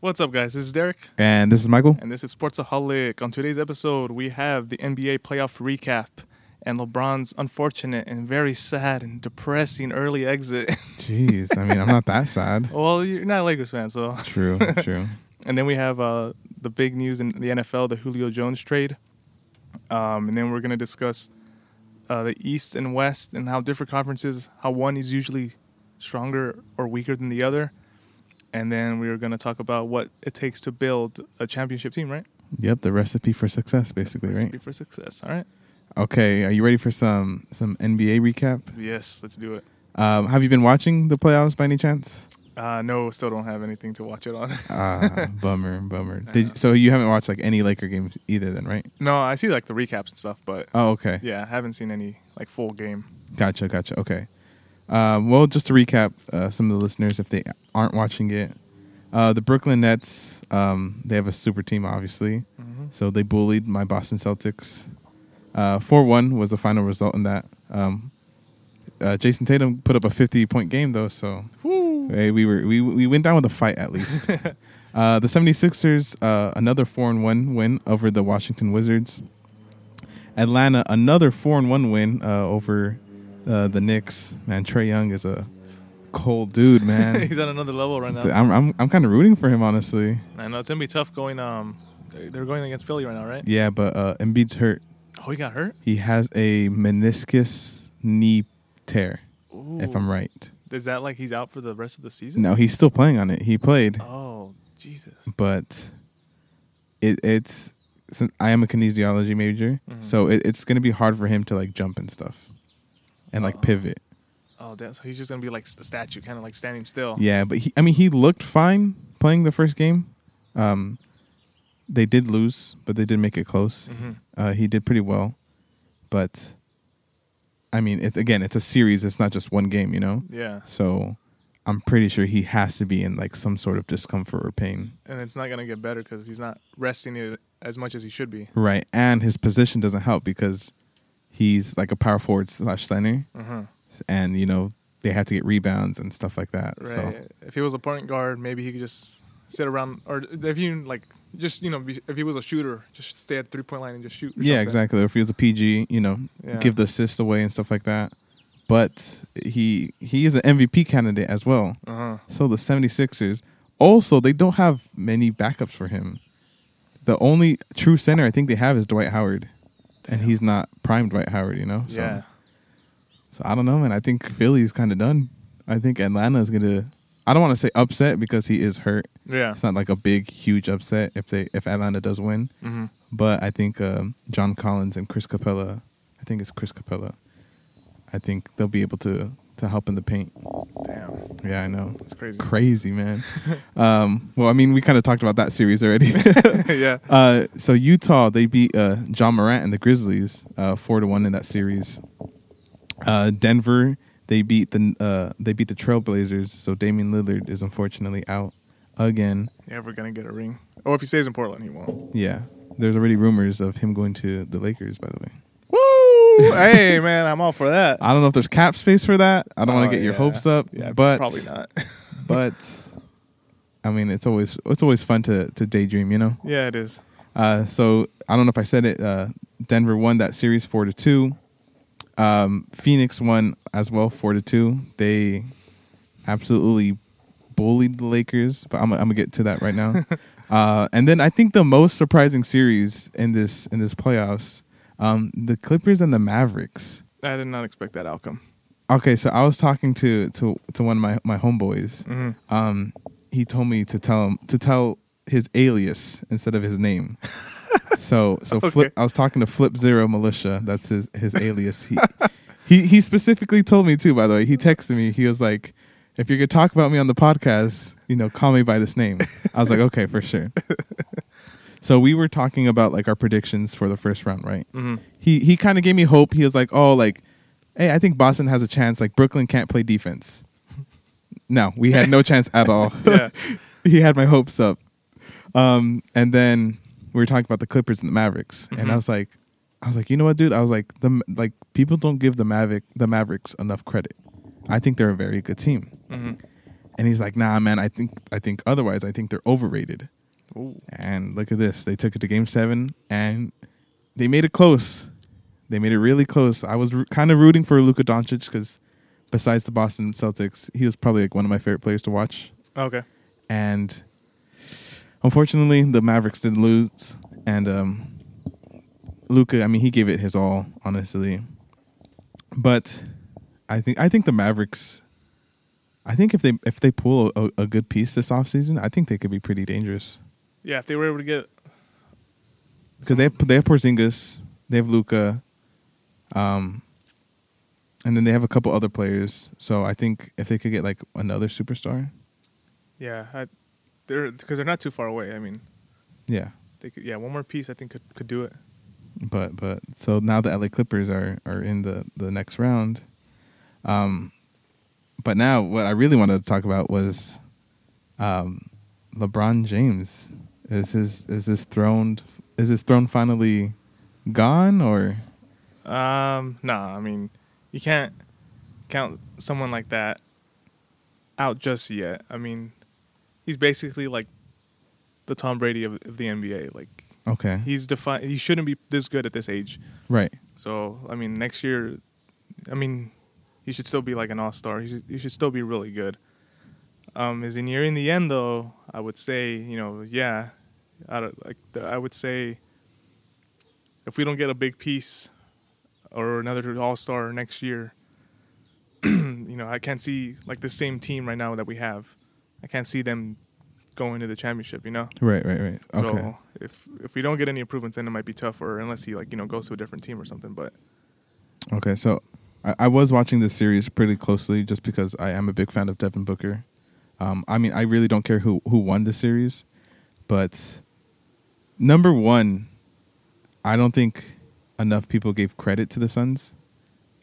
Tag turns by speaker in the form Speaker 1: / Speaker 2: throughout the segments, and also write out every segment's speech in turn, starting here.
Speaker 1: What's up, guys? This is Derek,
Speaker 2: And this is Michael.
Speaker 1: and this is Sportsaholic. On today's episode, we have the NBA playoff recap and LeBron's unfortunate and very sad and depressing early exit.
Speaker 2: Jeez, I mean, I'm not that sad.
Speaker 1: well, you're not a Lakers fan, so.
Speaker 2: True, true.
Speaker 1: And then we have uh, the big news in the NFL, the Julio Jones trade. Um, and then we're going to discuss uh, the East and West and how different conferences, how one is usually stronger or weaker than the other. And then we are going to talk about what it takes to build a championship team, right?
Speaker 2: Yep, the recipe for success, basically,
Speaker 1: Recipe
Speaker 2: right?
Speaker 1: for success. All right.
Speaker 2: Okay, are you ready for some some NBA recap?
Speaker 1: Yes, let's do it.
Speaker 2: Um, have you been watching the playoffs by any chance?
Speaker 1: Uh, no, still don't have anything to watch it on.
Speaker 2: Ah, bummer, bummer.
Speaker 1: I know.
Speaker 2: Did so you haven't watched like any Laker games either, then, right?
Speaker 1: no, I see like the recaps and stuff, but
Speaker 2: Oh, okay.
Speaker 1: yeah, I haven't seen any like full game.
Speaker 2: Gotcha, gotcha. Okay. Um, well, just to recap, uh, some of the listeners, if they aren't watching it, uh, the Brooklyn Nets, um, they have a super team, obviously. So they bullied my Boston Celtics. Uh, Four one was the final result in that. Um, uh, Jason Tatum put up a fifty point game though, so
Speaker 1: Woo!
Speaker 2: hey, Eh, we were we we went down with a fight at least. uh, the 76ers, uh, another four and one win over the Washington Wizards. Atlanta, another four and one win uh, over uh, the Knicks. Man, Trey Young is a cold dude, man.
Speaker 1: He's on another level right now.
Speaker 2: I'm I'm, I'm kind of rooting for him, honestly.
Speaker 1: I know it's gonna be tough going. Um, they're going against Philly right now, right?
Speaker 2: Yeah, but uh, Embiid's hurt.
Speaker 1: Oh, he got hurt.
Speaker 2: He has a meniscus knee tear,
Speaker 1: Ooh.
Speaker 2: if I'm right.
Speaker 1: Is that like he's out for the rest of the season?
Speaker 2: No, he's still playing on it. He played,
Speaker 1: Oh, Jesus.
Speaker 2: but it, it's since I am a kinesiology major,
Speaker 1: Mhm.
Speaker 2: so it, it's gonna be hard for him to like jump and stuff, and like
Speaker 1: Uh-oh.
Speaker 2: pivot.
Speaker 1: Oh, damn. So he's just gonna be like s- a statue, kind of like standing still.
Speaker 2: Yeah, but he, I mean, he looked fine playing the first game. Um, they did lose, but they did make it close.
Speaker 1: hmm
Speaker 2: Uh, he did pretty well, but I mean, it's again, it's a series. It's not just one game, you know.
Speaker 1: Yeah.
Speaker 2: So I'm pretty sure he has to be in like some sort of discomfort or pain.
Speaker 1: And it's not gonna get better because he's not resting it as much as he should be.
Speaker 2: Right. And his position doesn't help because he's like a power forward slash center.
Speaker 1: hmm
Speaker 2: And, you know, they have to get rebounds and stuff like that.
Speaker 1: Right.
Speaker 2: So
Speaker 1: If he was a point guard, maybe he could just sit around, or if you like, just you know, be, if he was a shooter, just stay at the three point line and just shoot. or
Speaker 2: Yeah,
Speaker 1: something.
Speaker 2: exactly. If he was a PG, you know,
Speaker 1: Yeah.
Speaker 2: give the assist away and stuff like that. But he he is an MVP candidate as well.
Speaker 1: Uh-huh.
Speaker 2: So the 76ers also they don't have many backups for him. The only true center I think they have is Dwight Howard. And
Speaker 1: Damn.
Speaker 2: he's not prime Dwight Howard, you know? So
Speaker 1: Yeah.
Speaker 2: So I don't know, man. I think Philly's kind of done. I think Atlanta is gonna. I don't want to say upset because he is hurt.
Speaker 1: Yeah.
Speaker 2: It's not like a big, huge upset if they if Atlanta does win.
Speaker 1: hmm
Speaker 2: But I think um, John Collins and Chris Capella. I think it's Chris Capella. I think they'll be able to to help in the paint.
Speaker 1: Damn.
Speaker 2: Yeah, I know.
Speaker 1: That's crazy.
Speaker 2: Crazy man. um, well, I mean, we kind of talked about that series already.
Speaker 1: yeah.
Speaker 2: Uh, so Utah, they beat uh, John Morant and the Grizzlies uh, four to one in that series. Uh, Denver, they beat the uh, they beat the Trailblazers. So Damian Lillard is unfortunately out again.
Speaker 1: Never gonna get a ring. Or if he stays in Portland, he won't.
Speaker 2: Yeah, there's already rumors of him going to the Lakers. By the way,
Speaker 1: Woo! hey, man, I'm all for that.
Speaker 2: I don't know if there's cap space for that. I don't want
Speaker 1: Oh,
Speaker 2: to get your
Speaker 1: yeah.
Speaker 2: hopes up,
Speaker 1: Yeah,
Speaker 2: but
Speaker 1: probably not.
Speaker 2: but I mean, it's always it's always fun to to daydream, you know.
Speaker 1: yeah, it is.
Speaker 2: Uh, so I don't know if I said it. Uh, Denver won that series four to two. Um, Phoenix won as well four to two. They absolutely bullied the Lakers, but I'm, I'm gonna get to that right now. uh, and then I think the most surprising series in this in this playoffs, um, the Clippers and the Mavericks.
Speaker 1: I did not expect that outcome.
Speaker 2: Okay, so I was talking to to to one of my my homeboys.
Speaker 1: Mm-hmm.
Speaker 2: Um, he told me to tell him to tell his alias instead of his name. so so
Speaker 1: Okay.
Speaker 2: flip, I was talking to Flip Zero Militia. That's his his alias. He, he he specifically told me too. By the way, he texted me. He was like, "If you're gonna talk about me on the podcast, you know, call me by this name." I was like, "Okay, for sure." so we were talking about like our predictions for the first round, right?
Speaker 1: Mm-hmm.
Speaker 2: he he kind of gave me hope. He was like, "Oh, like, hey, I think Boston has a chance. Like Brooklyn can't play defense." No, we had no chance at all.
Speaker 1: Yeah.
Speaker 2: he had my hopes up. Um, and then we were talking about the Clippers and the Mavericks, and
Speaker 1: Mhm.
Speaker 2: I was like, I was like, you know what, dude? I was like, the like people don't give the Maverick the Mavericks enough credit. I think they're a very good team.
Speaker 1: Mm-hmm.
Speaker 2: And he's like, "Nah, man, I think I think otherwise. I think they're overrated."
Speaker 1: Ooh.
Speaker 2: And look at this. They took it to game 7 and they made it close. They made it really close. I was ro- kind of rooting for Luka Doncic cuz besides the Boston Celtics, he was probably like one of my favorite players to watch.
Speaker 1: Okay.
Speaker 2: And unfortunately, the Mavericks did lose and um Luka, I mean, he gave it his all, honestly. But I think I think the Mavericks I think if they if they pull a, a good piece this offseason, I think they could be pretty dangerous.
Speaker 1: Yeah, if they were able to get
Speaker 2: because they have they have Porzingis, they have Luca, um, and then they have a couple other players. So I think if they could get like another superstar,
Speaker 1: yeah, I, they're because they're not too far away. I mean,
Speaker 2: yeah.
Speaker 1: they could, yeah, one more piece I think could could do it.
Speaker 2: But but so now the LA Clippers are are in the the next round, um, but now what I really wanted to talk about was, um, LeBron James is his is his throne is his throne finally gone or
Speaker 1: Um, nah, I mean, you can't count someone like that out just yet. I mean, he's basically like the Tom Brady of, of the NBA. Like
Speaker 2: okay
Speaker 1: he's defined. He shouldn't be this good at this age.
Speaker 2: right
Speaker 1: So I mean, next year, I mean, he should still be like an all star. He should, he should still be really good. Um, is in year in the end though, I would say you know yeah, I don't, like the, I would say if we don't get a big piece or another all star next year, you know I can't see like the same team right now that we have. I can't see them going to the championship. You know.
Speaker 2: right right right okay.
Speaker 1: So if if we don't get any improvements, then it might be tougher, unless he like you know goes to a different team or something. But
Speaker 2: Okay, so I, I was watching this series pretty closely just because I am a big fan of Devin Booker. Um, I mean, I really don't care who who won the series, but number one, I don't think enough people gave credit to the Suns.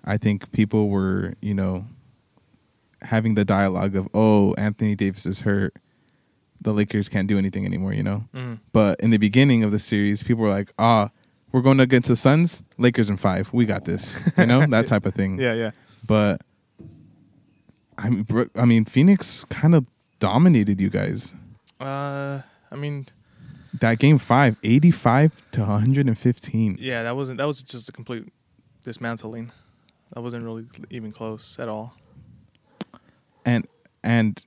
Speaker 2: I think people were, you know, having the dialogue of, "Oh, Anthony Davis is hurt. The Lakers can't do anything anymore," you know.
Speaker 1: Mm.
Speaker 2: But in the beginning of the series, people were like, ah, we're going against the Suns, Lakers in five. We got this. You know, that type of thing.
Speaker 1: yeah, yeah,
Speaker 2: But I mean, Bro- I mean, Phoenix kind of dominated you guys.
Speaker 1: uh, I mean,
Speaker 2: That game five, 85 to 115.
Speaker 1: yeah, that wasn't that was just a complete dismantling. That wasn't really even close at all.
Speaker 2: and and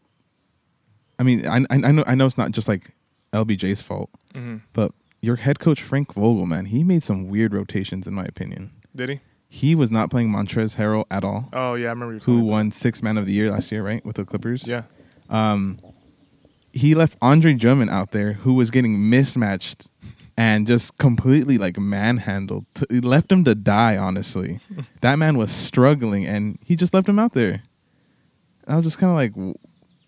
Speaker 2: I mean, I, I I know I know it's not just like LBJ's fault,
Speaker 1: Mm-hmm.
Speaker 2: but your head coach Frank Vogel, man, he made some weird rotations in my opinion.
Speaker 1: Did he?
Speaker 2: He was not playing Montrez Harrell at all,
Speaker 1: Oh yeah, I remember you.
Speaker 2: who
Speaker 1: telling me
Speaker 2: won Six Man of the Year last year, right, with the Clippers.
Speaker 1: that. Yeah,
Speaker 2: Um, he left Andre Drummond out there, who was getting mismatched and just completely like manhandled. T- he left him to die. Honestly, that man was struggling, and he just left him out there. And I was just kind of like, w-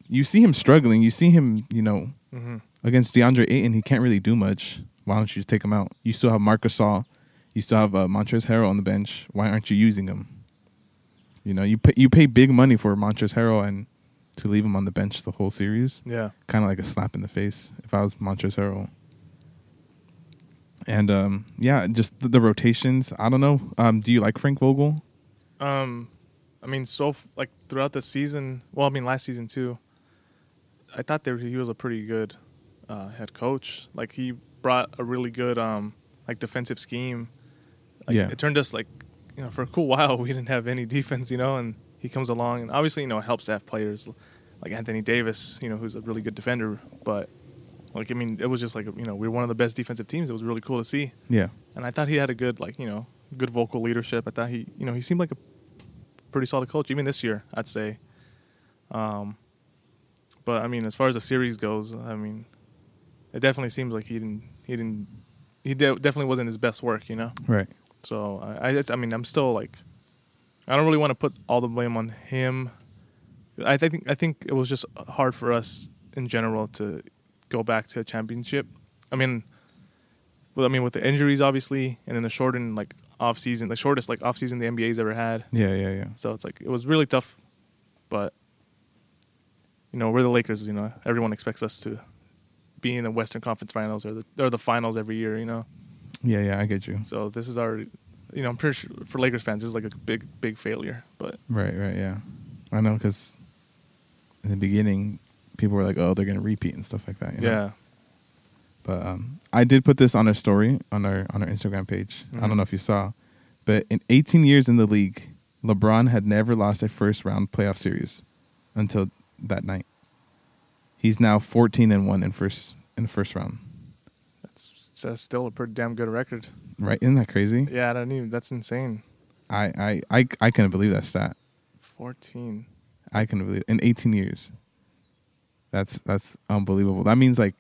Speaker 2: you see him struggling. You see him, you know,
Speaker 1: Mhm.
Speaker 2: against DeAndre Ayton, he can't really do much. Why don't you just take him out? You still have Marcus All. You still have uh, Montrezl Harrell on the bench. Why aren't you using him? You know, you pay, you pay big money for Montrezl Harrell and to leave him on the bench the whole series,
Speaker 1: yeah.
Speaker 2: kind of like a slap in the face. If I was Montrezl Harrell, and um, yeah, just the, the rotations. I don't know. Um, do you like Frank Vogel?
Speaker 1: Um, I mean, so f- like throughout the season, well, I mean last season too. I thought that he was a pretty good uh, head coach. Like he brought a really good um, like defensive scheme. Like,
Speaker 2: Yeah.
Speaker 1: it turned us like you know for a cool while we didn't have any defense, you know, and he comes along and obviously you know it helps to have players like Anthony Davis, you know, who's a really good defender. But like I mean, it was just like you know we were one of the best defensive teams. It was really cool to see
Speaker 2: Yeah,
Speaker 1: and I thought he had a good like you know good vocal leadership. I thought he you know he seemed like a pretty solid coach even this year. I'd say. Um, but I mean, as far as the series goes, I mean, it definitely seems like he didn't he didn't he de- definitely wasn't his best work, you know.
Speaker 2: right.
Speaker 1: So I I, just, I mean I'm still like I don't really want to put all the blame on him. I think I think it was just hard for us in general to go back to a championship. I mean, well, I mean with the injuries obviously, and then the shortened like off season, the shortest like off season the NBA's ever had.
Speaker 2: Yeah, yeah, yeah.
Speaker 1: So it's like it was really tough, but you know we're the Lakers. You know everyone expects us to be in the Western Conference Finals or the or the finals every year. You know,
Speaker 2: Yeah, yeah. I get you.
Speaker 1: so this is our, you know, I'm pretty sure for Lakers fans, this is like a big, big failure. But
Speaker 2: Right, right, yeah. I know because in the beginning, people were like, "Oh, they're gonna repeat and stuff like that." you know?
Speaker 1: Yeah.
Speaker 2: But um, I did put this on our story on our on our Instagram page. I
Speaker 1: Mhm.
Speaker 2: don't know if you saw, but in 18 years in the league, LeBron had never lost a first round playoff series until that night. He's now 14 and one in first in the first round.
Speaker 1: That's, it's, uh, still a pretty damn good record.
Speaker 2: Right? Isn't that crazy?
Speaker 1: Yeah, I don't even. That's insane.
Speaker 2: I I I, I couldn't believe that stat.
Speaker 1: 14.
Speaker 2: I couldn't believe in 18 years. That's that's unbelievable. That means like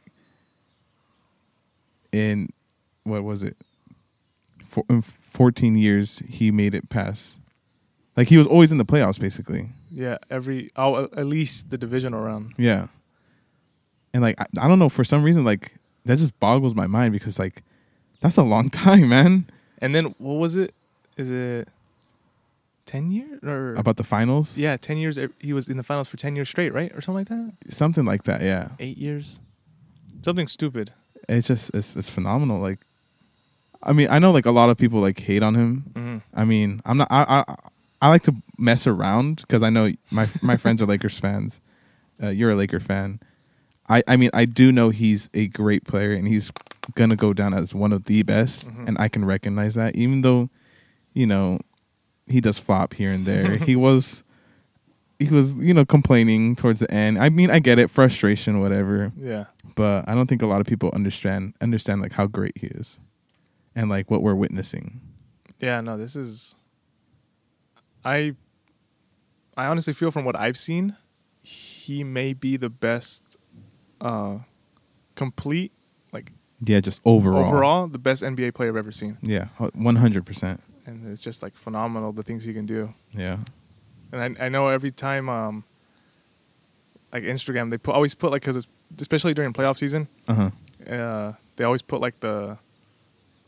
Speaker 2: in what was it? Four, in 14 years he made it past. Like he was always in the playoffs basically.
Speaker 1: Yeah, every oh, a- at least the divisional round.
Speaker 2: Yeah. And like I, I don't know for some reason like that just boggles my mind because like that's a long time, man.
Speaker 1: And then what was it? Is it 10 years or
Speaker 2: About the finals,
Speaker 1: Yeah, 10 years eh, he was in the finals for 10 years straight, right? Or something like that?
Speaker 2: something like that. Yeah.
Speaker 1: 8 years. Something stupid.
Speaker 2: It's just it's it's phenomenal like I mean, I know like a lot of people like hate on him
Speaker 1: Mhm.
Speaker 2: I mean, I'm not. I I, I like to mess around because I know my my friends are Lakers fans. Uh, you're a Laker fan. I I mean, I do know he's a great player and he's gonna go down as one of the best,
Speaker 1: Mhm.
Speaker 2: and I can recognize that. Even though, you know, he does flop here and there. he was. He was, you know, complaining towards the end. I mean, I get it, frustration, whatever
Speaker 1: Yeah.
Speaker 2: but I don't think a lot of people understand understand like how great he is, and like what we're witnessing.
Speaker 1: Yeah, no, this is I I honestly feel from what I've seen, he may be the best uh complete like
Speaker 2: Yeah, just overall.
Speaker 1: overall the best NBA player I've ever seen.
Speaker 2: Yeah, one hundred percent.
Speaker 1: And it's just like phenomenal the things he can do.
Speaker 2: Yeah,
Speaker 1: and I, I know every time um like Instagram they put always put like because especially during playoff season
Speaker 2: uh huh.
Speaker 1: uh they always put like the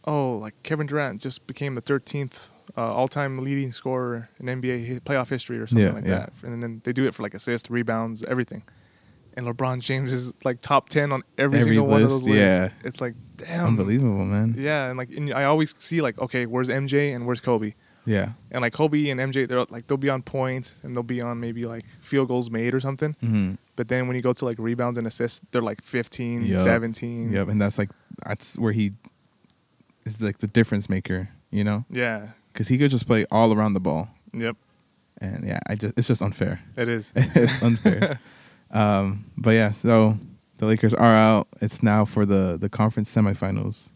Speaker 1: oh like Kevin Durant just became the 13th uh, all-time leading scorer in NBA hi- playoff history or something
Speaker 2: Yeah,
Speaker 1: like
Speaker 2: yeah.
Speaker 1: that and then they do it for like assists rebounds everything and LeBron James is like top 10 on every,
Speaker 2: Every
Speaker 1: single one of
Speaker 2: list,
Speaker 1: those lists
Speaker 2: yeah.
Speaker 1: it's like damn
Speaker 2: It's unbelievable, man.
Speaker 1: yeah and like and I always see like okay where's MJ and where's Kobe
Speaker 2: Yeah.
Speaker 1: and like Kobe and MJ, they're like they'll be on points and they'll be on maybe like field goals made or something.
Speaker 2: Mm-hmm.
Speaker 1: But then when you go to like rebounds and assists, they're like 15,
Speaker 2: Yup.
Speaker 1: 17.
Speaker 2: Yep, and that's like that's where he is like the difference maker, you know,
Speaker 1: Yeah.
Speaker 2: because he could just play all around the ball,
Speaker 1: Yep.
Speaker 2: and yeah, I just it's just unfair.
Speaker 1: It is.
Speaker 2: it's unfair. um, but yeah, so the Lakers are out. It's now for the the conference semifinals.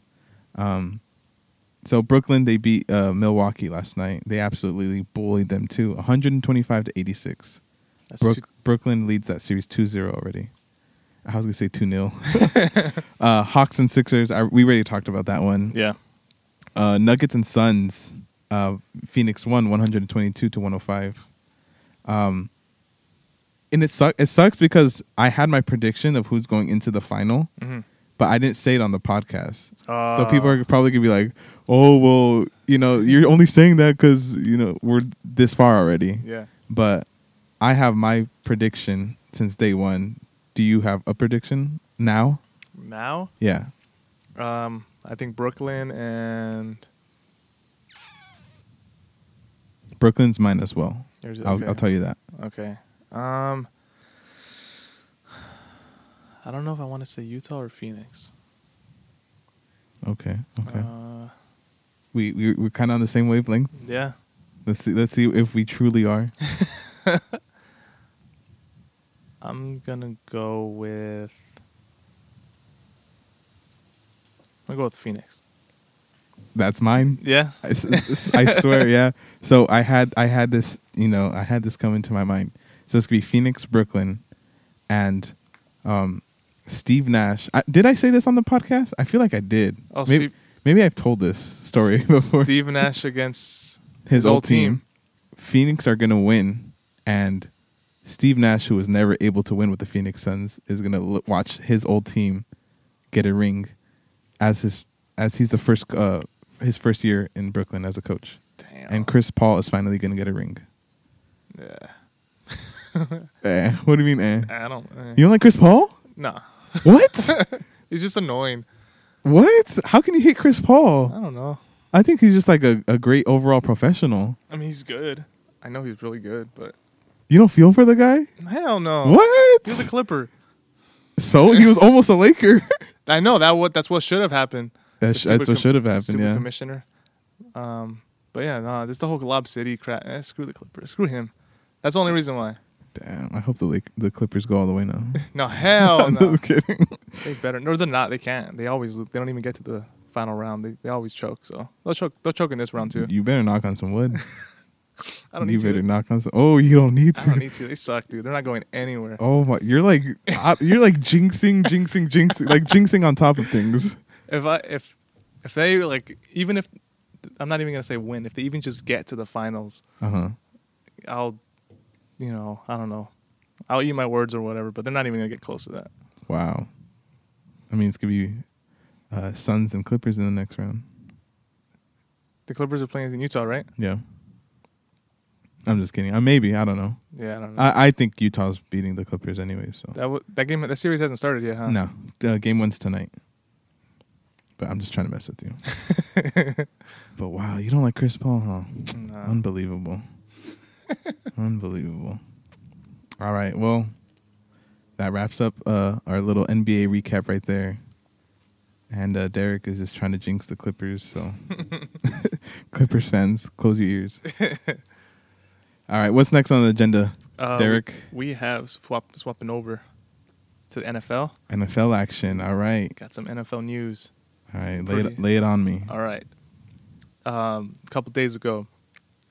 Speaker 2: Um, so Brooklyn they beat uh, Milwaukee last night. They absolutely bullied them too, 125 to 86.
Speaker 1: That's
Speaker 2: Brook,
Speaker 1: too-
Speaker 2: Brooklyn leads that series 2-0 already. I was gonna say 2-0. uh, Hawks and Sixers. I, we already talked about that one.
Speaker 1: yeah.
Speaker 2: Uh, Nuggets and Suns. Uh, Phoenix won 122 to 105. Um, and it sucks. It sucks because I had my prediction of who's going into the final,
Speaker 1: hmm
Speaker 2: but I didn't say it on the podcast.
Speaker 1: Uh,
Speaker 2: so people are probably gonna be like, "Oh, well, you know, you're only saying that because you know we're this far already."
Speaker 1: Yeah.
Speaker 2: But I have my prediction since day one. Do you have a prediction now?
Speaker 1: Now,
Speaker 2: Yeah.
Speaker 1: um, I think Brooklyn and
Speaker 2: Brooklyn's mine as well.
Speaker 1: there's
Speaker 2: I'll, I'll tell you that.
Speaker 1: Okay. Um, I don't know if I want to say Utah or Phoenix.
Speaker 2: Okay. Okay.
Speaker 1: Uh,
Speaker 2: we, we we're kind of on the same wavelength.
Speaker 1: yeah.
Speaker 2: Let's see. Let's see if we truly are.
Speaker 1: I'm gonna go with. I'm gonna go with Phoenix.
Speaker 2: That's mine.
Speaker 1: Yeah.
Speaker 2: I, s- s- I swear. Yeah. So I had I had this you know I had this come into my mind. So it's gonna be Phoenix, Brooklyn, and um, Steve Nash. I, did I say this on the podcast? I feel like I did.
Speaker 1: Oh,
Speaker 2: maybe,
Speaker 1: Steve-
Speaker 2: maybe I've told this story before.
Speaker 1: Steve Nash against
Speaker 2: his,
Speaker 1: his
Speaker 2: old
Speaker 1: old
Speaker 2: team,
Speaker 1: team.
Speaker 2: Phoenix are going to win, and Steve Nash, who was never able to win with the Phoenix Suns, is going to l- watch his old team get a ring as his as he's the first uh, his first year in Brooklyn as a coach,
Speaker 1: damn.
Speaker 2: and Chris Paul is finally going to get a ring.
Speaker 1: yeah.
Speaker 2: Eh, what do you mean? Eh?
Speaker 1: I don't. eh.
Speaker 2: You don't like Chris Paul?
Speaker 1: Nah.
Speaker 2: What?
Speaker 1: He's just annoying.
Speaker 2: what? How can you hate Chris
Speaker 1: I
Speaker 2: Paul?
Speaker 1: don't know.
Speaker 2: I think he's just like a, a great overall professional.
Speaker 1: I mean, he's good. I know he's really good, but
Speaker 2: You don't feel for the guy?
Speaker 1: Hell no.
Speaker 2: What?
Speaker 1: He was a Clipper.
Speaker 2: so he was almost a Laker.
Speaker 1: I know that. What that's what should have happened. The
Speaker 2: That's,
Speaker 1: stupid
Speaker 2: that's what
Speaker 1: com-
Speaker 2: should have happened.
Speaker 1: stupid
Speaker 2: Yeah.
Speaker 1: commissioner. Um, but yeah, nah, this the whole Glob City crap. Eh, screw the Clippers. Screw him. That's the only reason why.
Speaker 2: Damn. I hope the Lake, the Clippers go all the way now.
Speaker 1: No, hell
Speaker 2: I'm
Speaker 1: no.
Speaker 2: just kidding.
Speaker 1: They better. No, they're not. They can't. They always. They don't even get to the final round. They, they always choke. So they'll choke. They'll choke in this round too.
Speaker 2: You better knock on some wood.
Speaker 1: I don't
Speaker 2: you
Speaker 1: need
Speaker 2: better
Speaker 1: to.
Speaker 2: knock on some. Oh, you don't need
Speaker 1: I
Speaker 2: to.
Speaker 1: don't need to. They suck, dude. They're not going anywhere.
Speaker 2: Oh my! You're like op- you're like jinxing, jinxing, jinxing, like jinxing on top of things.
Speaker 1: If I if if they like even if I'm not even gonna say win. If they even just get to the finals,
Speaker 2: Uh huh.
Speaker 1: I'll you know I don't know. I'll eat my words or whatever. But they're not even gonna get close to that.
Speaker 2: Wow. I mean, it's gonna be uh, Suns and Clippers in the next round.
Speaker 1: The Clippers are playing in Utah, right?
Speaker 2: Yeah. I'm just kidding. Uh, maybe I don't know.
Speaker 1: Yeah, I don't know.
Speaker 2: I, I think Utah's beating the Clippers anyway. So
Speaker 1: that w- that game that series hasn't started yet, huh?
Speaker 2: no, uh, game one's tonight. But I'm just trying to mess with you. but wow, you don't like Chris Paul, huh?
Speaker 1: Nah.
Speaker 2: Unbelievable. Unbelievable. All right. Well, that wraps up uh, our little NBA recap right there. And uh, Derek is just trying to jinx the Clippers. So, Clippers fans, close your ears. All right. What's next on the agenda,
Speaker 1: Uh,
Speaker 2: Derek?
Speaker 1: we, we have swap swapping over to the NFL.
Speaker 2: NFL action. All right.
Speaker 1: Got some NFL news.
Speaker 2: All right. Lay it,
Speaker 1: Pretty- Uh,
Speaker 2: lay it on me.
Speaker 1: All right. Um, a couple days ago,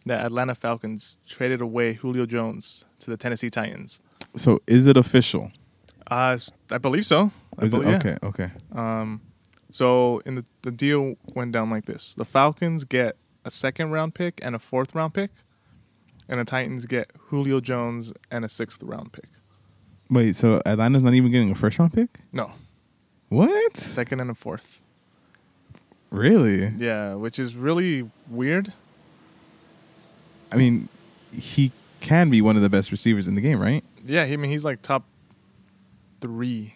Speaker 1: the Atlanta Falcons traded away Julio Jones to the Tennessee Titans.
Speaker 2: So, is it official?
Speaker 1: Uh, s- I believe so. I
Speaker 2: Is it
Speaker 1: believe, yeah.
Speaker 2: okay? Okay.
Speaker 1: Um, so in the the deal went down like this: the Falcons get a second round pick and a fourth round pick, and the Titans get Julio Jones and a sixth round pick.
Speaker 2: Wait. So, Atlanta's not even getting a first round pick?
Speaker 1: No,
Speaker 2: What?
Speaker 1: second and a fourth.
Speaker 2: Really?
Speaker 1: Yeah, which is really weird.
Speaker 2: I mean, he can be one of the best receivers in the game, right?
Speaker 1: Yeah, he- I mean he's like top three,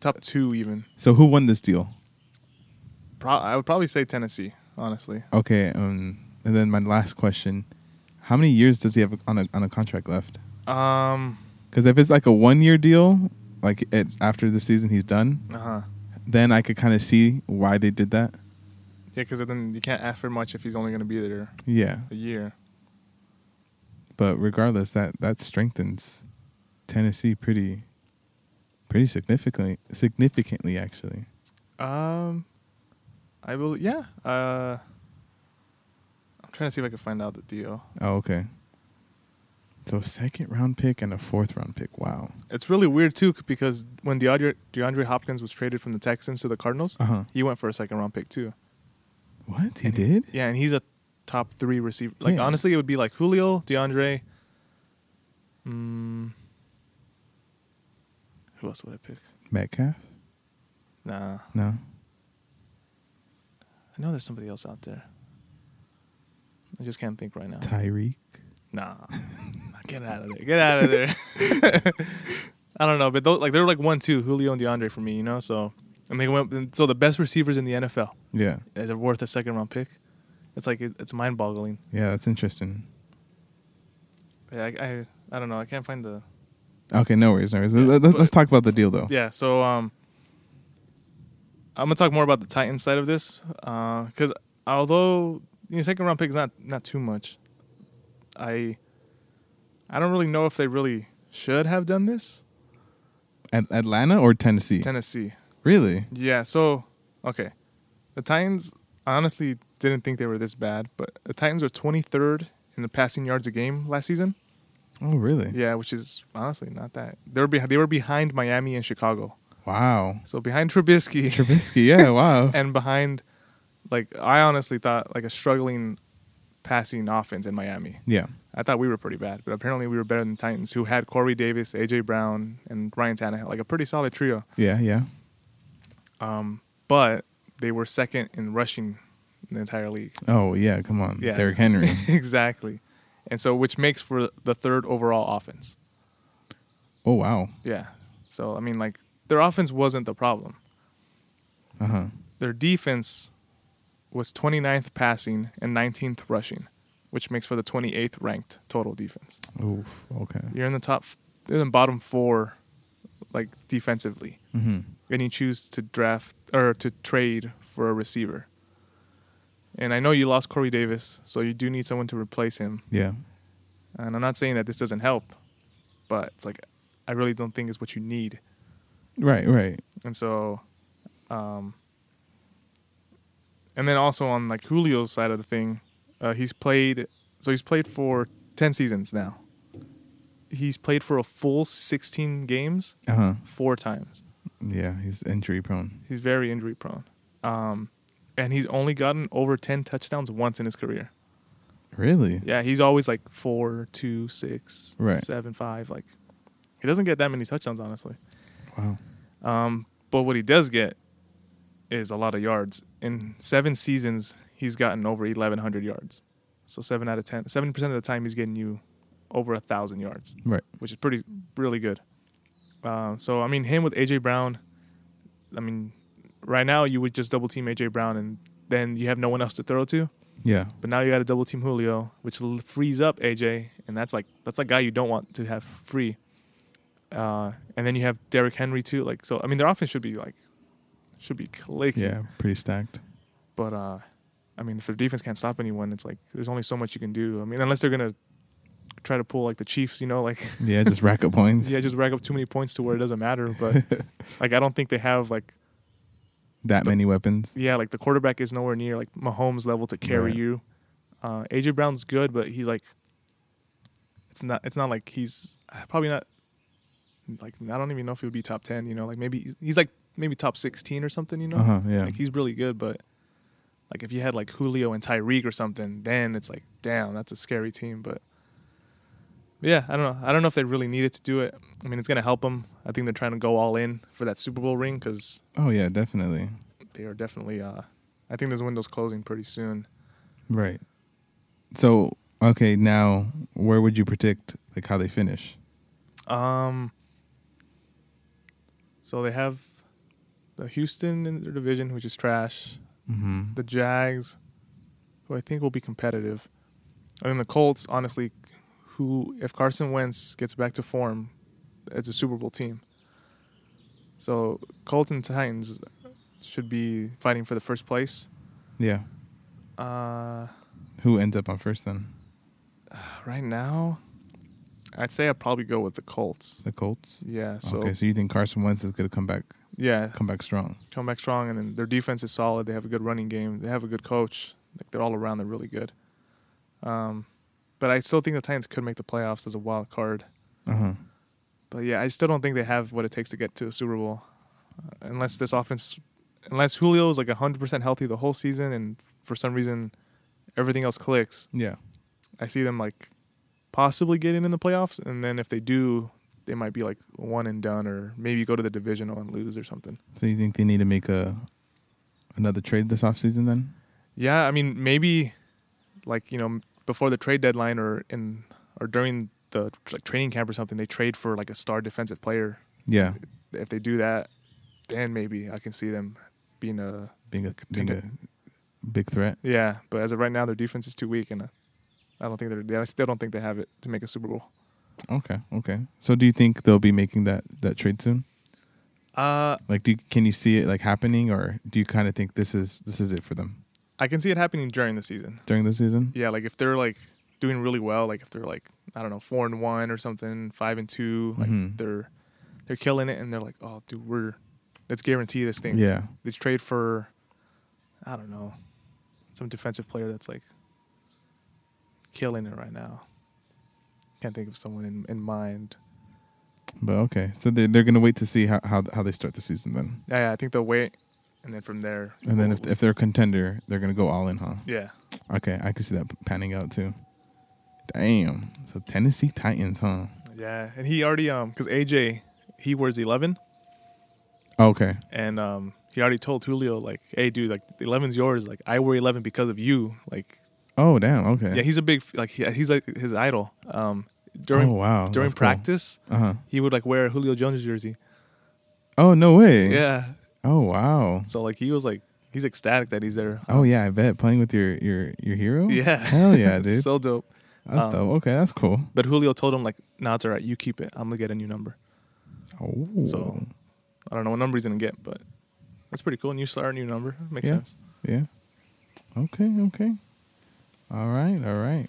Speaker 1: top two even.
Speaker 2: So who won this deal?
Speaker 1: Pro- I would probably say Tennessee, honestly.
Speaker 2: Okay, um, and then my last question: How many years does he have on a on a contract left?
Speaker 1: Um,
Speaker 2: Because if it's like a one year deal, like it's after the season he's done,
Speaker 1: uh huh.
Speaker 2: then I could kind of see why they did that.
Speaker 1: Yeah, because then you can't ask for much if he's only going to be there
Speaker 2: Yeah,
Speaker 1: a year.
Speaker 2: but regardless, that that strengthens Tennessee pretty, pretty significantly. Significantly, actually.
Speaker 1: Um, I will. Yeah. Uh, I'm trying to see if I can find out the deal.
Speaker 2: Oh, okay. So a second round pick and a fourth round pick. Wow.
Speaker 1: It's really weird too c- because when DeAndre DeAndre Hopkins was traded from the Texans to the Cardinals,
Speaker 2: Uh huh.
Speaker 1: he went for a second round pick too.
Speaker 2: What he
Speaker 1: And-
Speaker 2: did?
Speaker 1: Yeah, and he's a top three receiver. Like
Speaker 2: Yeah.
Speaker 1: honestly, it would be like Julio, DeAndre. Mm, who else would I pick?
Speaker 2: Metcalf?
Speaker 1: Nah,
Speaker 2: No.
Speaker 1: I know there's somebody else out there. I just can't think right now.
Speaker 2: Tyreek.
Speaker 1: Nah, get out of there. Get out of there. I don't know, but those, like they're like one, two, Julio and DeAndre for me, you know. So and they went. and So the best receivers in the NFL
Speaker 2: Yeah.
Speaker 1: is it worth a second round pick? It's like it, it's mind boggling.
Speaker 2: Yeah, that's interesting.
Speaker 1: Yeah, I, I I don't know. I can't find the
Speaker 2: Okay, no worries, no worries.
Speaker 1: Yeah,
Speaker 2: Let- let's, let's
Speaker 1: but-
Speaker 2: talk about the deal though.
Speaker 1: yeah. So um, I'm gonna talk more about the Titans side of this because although you know, second round pick is not not too much, I I don't really know if they really should have done this.
Speaker 2: At- Atlanta or Tennessee?
Speaker 1: Tennessee.
Speaker 2: really?
Speaker 1: Yeah, so okay. The Titans I honestly didn't think they were this bad, but the Titans are 23rd in the passing yards a game last season.
Speaker 2: Oh, really?
Speaker 1: Yeah, which is honestly not that. They were be- they were behind Miami and Chicago.
Speaker 2: Wow.
Speaker 1: So behind Trubisky
Speaker 2: Trubisky, yeah, wow.
Speaker 1: and behind like I honestly thought like a struggling passing offense in Miami.
Speaker 2: yeah.
Speaker 1: I thought we were pretty bad, but apparently we were better than the Titans who had Corey Davis, AJ Brown, and Ryan Tannehill, like a pretty solid trio.
Speaker 2: Yeah, yeah.
Speaker 1: Um, but they were second in rushing in the entire league.
Speaker 2: Oh, yeah, come on.
Speaker 1: Yeah.
Speaker 2: Derrick Henry.
Speaker 1: exactly. And so, which makes for the third overall offense.
Speaker 2: oh, wow.
Speaker 1: Yeah. So, I mean, like, their offense wasn't the problem.
Speaker 2: Uh-huh.
Speaker 1: Their defense was 29th passing and 19th rushing. which makes for the 28th ranked total defense.
Speaker 2: Oof. Okay.
Speaker 1: You're in the top, you're in the bottom four, like defensively,
Speaker 2: Mm-hmm.
Speaker 1: and you choose to draft or to trade for a receiver. And I know you lost Corey Davis, so you do need someone to replace him.
Speaker 2: Yeah.
Speaker 1: And I'm not saying that this doesn't help, but it's like I really don't think it's what you need.
Speaker 2: Right. Right.
Speaker 1: And so, um, and then also on like Julio's side of the thing, uh, he's played. So he's played for ten seasons now. He's played for a full sixteen games
Speaker 2: Uh huh.
Speaker 1: four times.
Speaker 2: Yeah. He's injury prone.
Speaker 1: He's very injury prone, um, and he's only gotten over ten touchdowns once in his career.
Speaker 2: Really?
Speaker 1: Yeah, he's always like four, two, six,
Speaker 2: Right.
Speaker 1: seven, five. Like he doesn't get that many touchdowns, honestly.
Speaker 2: Wow.
Speaker 1: Um, but what he does get is a lot of yards. In seven seasons, he's gotten over 1,100 yards. So seven out of ten, seventy percent of the time, he's getting you over a thousand yards,
Speaker 2: Right.
Speaker 1: which is pretty really good. Um, so I mean, him with AJ Brown, I mean, right now you would just double team AJ Brown, and then you have no one else to throw to.
Speaker 2: Yeah.
Speaker 1: But now you got to double team Julio, which l- frees up AJ, and that's like that's a guy you don't want to have free. Uh, and then you have Derrick Henry too. Like so, I mean, their offense should be like should be clicking.
Speaker 2: Yeah. Pretty stacked.
Speaker 1: But uh, I mean, if their defense can't stop anyone, it's like there's only so much you can do. I mean, unless they're gonna try to pull like the Chiefs, you know, like
Speaker 2: Yeah. Just rack up points.
Speaker 1: yeah, just rack up too many points to where it doesn't matter. But like I don't think they have like
Speaker 2: that many weapons.
Speaker 1: yeah, like the quarterback is nowhere near like Mahomes level to carry
Speaker 2: Right.
Speaker 1: you. Uh, AJ Brown's good, but he's like, it's not. It's not like he's uh, probably not. Like I don't even know if he'll be top ten. You know, like maybe he's like maybe top sixteen or something. You know,
Speaker 2: Uh huh. Yeah.
Speaker 1: like he's really good, but like if you had like Julio and Tyreek or something, then it's like, damn, that's a scary team. But yeah, I don't know. I don't know if they really needed to do it. I mean, it's gonna help them. I think they're trying to go all in for that Super Bowl ring because
Speaker 2: oh yeah. Definitely.
Speaker 1: they are definitely uh I think this window's closing pretty soon.
Speaker 2: Right. So okay, now where would you predict like how they finish?
Speaker 1: Um so they have the Houston in their division, which is trash.
Speaker 2: Mm-hmm.
Speaker 1: The Jags, who I think will be competitive. And then the Colts, honestly, who if Carson Wentz gets back to form, it's a Super Bowl team. So Colts and Titans should be fighting for the first place.
Speaker 2: Yeah.
Speaker 1: Uh
Speaker 2: Who ends up on first then?
Speaker 1: right now, I'd say I'd probably go with the Colts.
Speaker 2: The Colts.
Speaker 1: Yeah, so
Speaker 2: okay, so you think Carson Wentz is gonna come back
Speaker 1: Yeah,
Speaker 2: come back strong?
Speaker 1: come back strong, and then their defense is solid. They have a good running game. They have a good coach. Like they're all around, they're really good. Um, but I still think the Titans could make the playoffs as a wild card.
Speaker 2: Uh huh.
Speaker 1: But yeah, I still don't think they have what it takes to get to a Super Bowl, uh, unless this offense, unless Julio is like hundred percent healthy the whole season, and for some reason everything else clicks.
Speaker 2: Yeah.
Speaker 1: I see them like possibly getting in the playoffs, and then if they do, they might be like one and done, or maybe go to the divisional and lose or something.
Speaker 2: So you think they need to make a another trade this offseason then?
Speaker 1: Yeah, I mean, maybe like you know m- before the trade deadline or in or during the tr- like training camp or something, they trade for like a star defensive player.
Speaker 2: Yeah.
Speaker 1: If they do that, then maybe I can see them being a
Speaker 2: Being a being a big threat.
Speaker 1: yeah. But as of right now, their defense is too weak, and uh, I don't think they're. they- I still don't think they have it to make a Super Bowl.
Speaker 2: Okay. Okay. So do you think they'll be making that that trade soon?
Speaker 1: Uh,
Speaker 2: Like do you, can you see it like happening or do you kind of think this is this is it for them
Speaker 1: I can see it happening during the season.
Speaker 2: during the season?
Speaker 1: Yeah, like if they're like doing really well, like if they're like I don't know four and one or something, five and two, like
Speaker 2: Mhm.
Speaker 1: they're they're killing it, and they're like, oh, dude, we're let's guarantee this thing.
Speaker 2: Yeah.
Speaker 1: Let's trade for I don't know some defensive player that's like killing it right now. Can't think of someone in, in mind.
Speaker 2: But okay, so they're they're gonna wait to see how how, how they start the season then,
Speaker 1: Yeah, yeah, I think they'll wait, and then from there.
Speaker 2: and then if if they're a contender, they're gonna go all in, huh?
Speaker 1: yeah,
Speaker 2: Okay, I can see that panning out too. Damn, so Tennessee Titans, huh?
Speaker 1: yeah, and he already um because AJ he wears eleven.
Speaker 2: Okay,
Speaker 1: and um, he already told Julio like, "Hey, dude, like 11's yours. Like I wear 11 because of you." Like,
Speaker 2: oh damn, okay,
Speaker 1: yeah, he's a big like he, he's like his idol. Um, during
Speaker 2: oh wow,
Speaker 1: during practice,
Speaker 2: uh huh.
Speaker 1: he would like wear a Julio Jones jersey.
Speaker 2: Oh no way,
Speaker 1: Yeah,
Speaker 2: Oh wow,
Speaker 1: so like he was like he's ecstatic that he's there.
Speaker 2: Oh yeah, I bet playing with your your your hero.
Speaker 1: Yeah.
Speaker 2: hell yeah,
Speaker 1: It's
Speaker 2: dude.
Speaker 1: so dope.
Speaker 2: that's
Speaker 1: um,
Speaker 2: dope. Okay, that's cool.
Speaker 1: But Julio told him like, "Nah, it's all right. You keep it. I'm gonna get a new number.
Speaker 2: Oh,
Speaker 1: So- I don't know what number he's gonna get, but that's pretty cool. And you start a new number. Makes
Speaker 2: Yeah.
Speaker 1: sense.
Speaker 2: yeah. Okay, okay. All right, all right.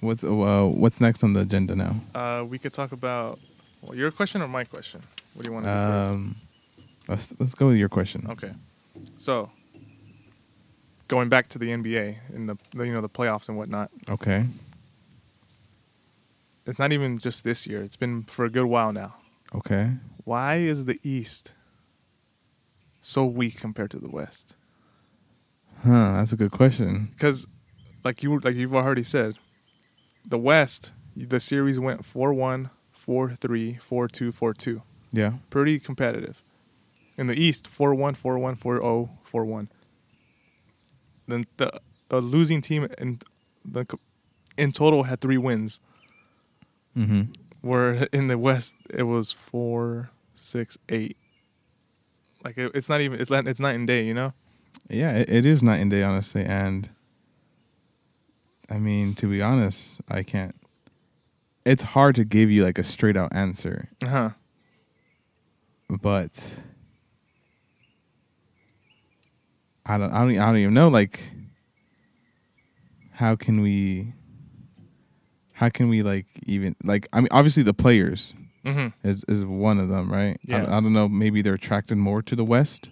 Speaker 2: What's uh, what's next on the agenda now?
Speaker 1: Uh, we could talk about well, your question or my question. What do you want to do
Speaker 2: Um, let's let's go with your question.
Speaker 1: first? Okay. So going back to the NBA and the the, you know the playoffs and whatnot.
Speaker 2: Okay.
Speaker 1: It's not even just this year. It's been for a good while now.
Speaker 2: Okay.
Speaker 1: Why is the East so weak compared to the West?
Speaker 2: Huh. That's a good question.
Speaker 1: Because, like you like you've already said, the West the series went 4-1, 4-3, 4-2, 4-2.
Speaker 2: Yeah.
Speaker 1: Pretty competitive. In the East, 4-1, 4-1, 4-0, 4-1. oh, Then the a losing team in the co- in total had three wins.
Speaker 2: Mm-hmm.
Speaker 1: Where in the West it was four, six, eight. Like it, it's not even it's not, it's night and day, you know.
Speaker 2: Yeah, it, it is night and day, honestly. And I mean, to be honest, I can't. It's hard to give you like a straight out answer,
Speaker 1: Uh huh.
Speaker 2: but I don't. I don't. I don't even know. Like, how can we? How can we like even like? I mean, obviously the players
Speaker 1: Mm-hmm.
Speaker 2: is is one of them, right? I-
Speaker 1: Yeah.
Speaker 2: I, don't know. Maybe they're attracted more to the West,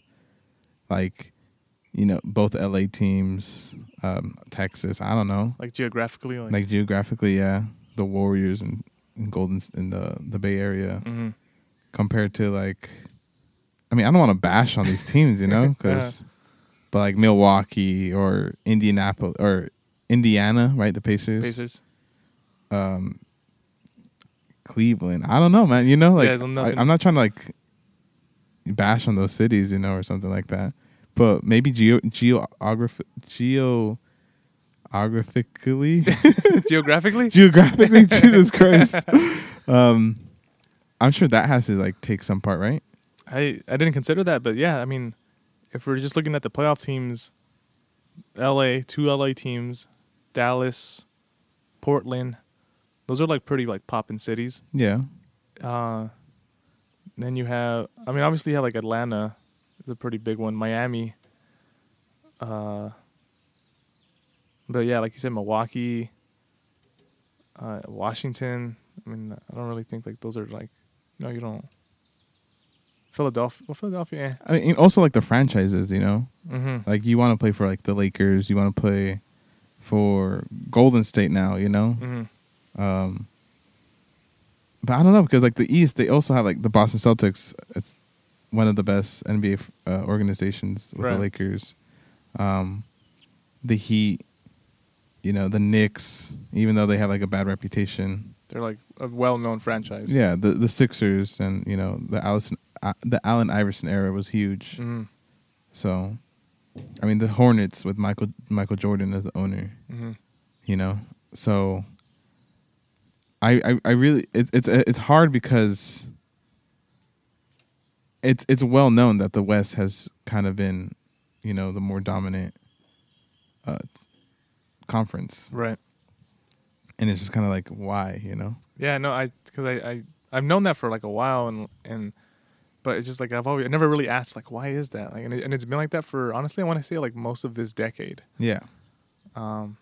Speaker 2: like you know, both LA teams, um, Texas. I don't know.
Speaker 1: Like geographically, like,
Speaker 2: Like geographically, yeah, the Warriors and, and Golden S- in the the Bay Area
Speaker 1: hmm
Speaker 2: compared to like, I mean, I don't want to bash on these teams, you know, because but like Milwaukee or Indianapolis or Indiana, right? The Pacers,
Speaker 1: Pacers.
Speaker 2: um Cleveland. I don't know, man. You know, like
Speaker 1: Yeah, it's nothing-
Speaker 2: I, am not trying to like bash on those cities, you know, or something like that. But maybe geo geograph geographically
Speaker 1: geographically?
Speaker 2: geographically. Jesus Christ. Um, I'm sure that has to like take some part, right?
Speaker 1: I I didn't consider that, but yeah, I mean, if we're just looking at the playoff teams, L.A. two L.A. teams, Dallas, Portland, those are like pretty like poppin' cities.
Speaker 2: Yeah.
Speaker 1: Uh, then you have, I mean, obviously you have like Atlanta, is a pretty big one. Miami. Uh, but yeah, like you said, Milwaukee, uh, Washington. I mean, I don't really think like those are like, no, you don't. Philadelphia, well, Philadelphia.
Speaker 2: I mean, and also like the franchises, you know,
Speaker 1: Eh. Mm-hmm.
Speaker 2: like you want to play for like the Lakers, you want to play for Golden State now, you know,
Speaker 1: mm-hmm.
Speaker 2: Um, but I don't know because like the East, they also have like the Boston Celtics. It's one of the best NBA f- uh, organizations with
Speaker 1: Right.
Speaker 2: the Lakers, um, the Heat, you know, the Knicks. Even though they have like a bad reputation,
Speaker 1: They're like a well-known franchise.
Speaker 2: yeah, the the Sixers and you know the Allison, uh, the Allen Iverson era was huge.
Speaker 1: Mm-hmm.
Speaker 2: So, I mean the Hornets with Michael Michael Jordan as the owner
Speaker 1: Mm-hmm.
Speaker 2: you know so i i, I really it, it's it's hard because it's it's well known that the west has kind of been you know the more dominant uh conference
Speaker 1: Right.
Speaker 2: and it's just kind of like why you know
Speaker 1: Yeah, no, I because I, I I've known that for like a while, and and but it's just like I've always I never really asked like why is that like and, it, and it's been like that for honestly I want to say like most of this decade,
Speaker 2: yeah
Speaker 1: um,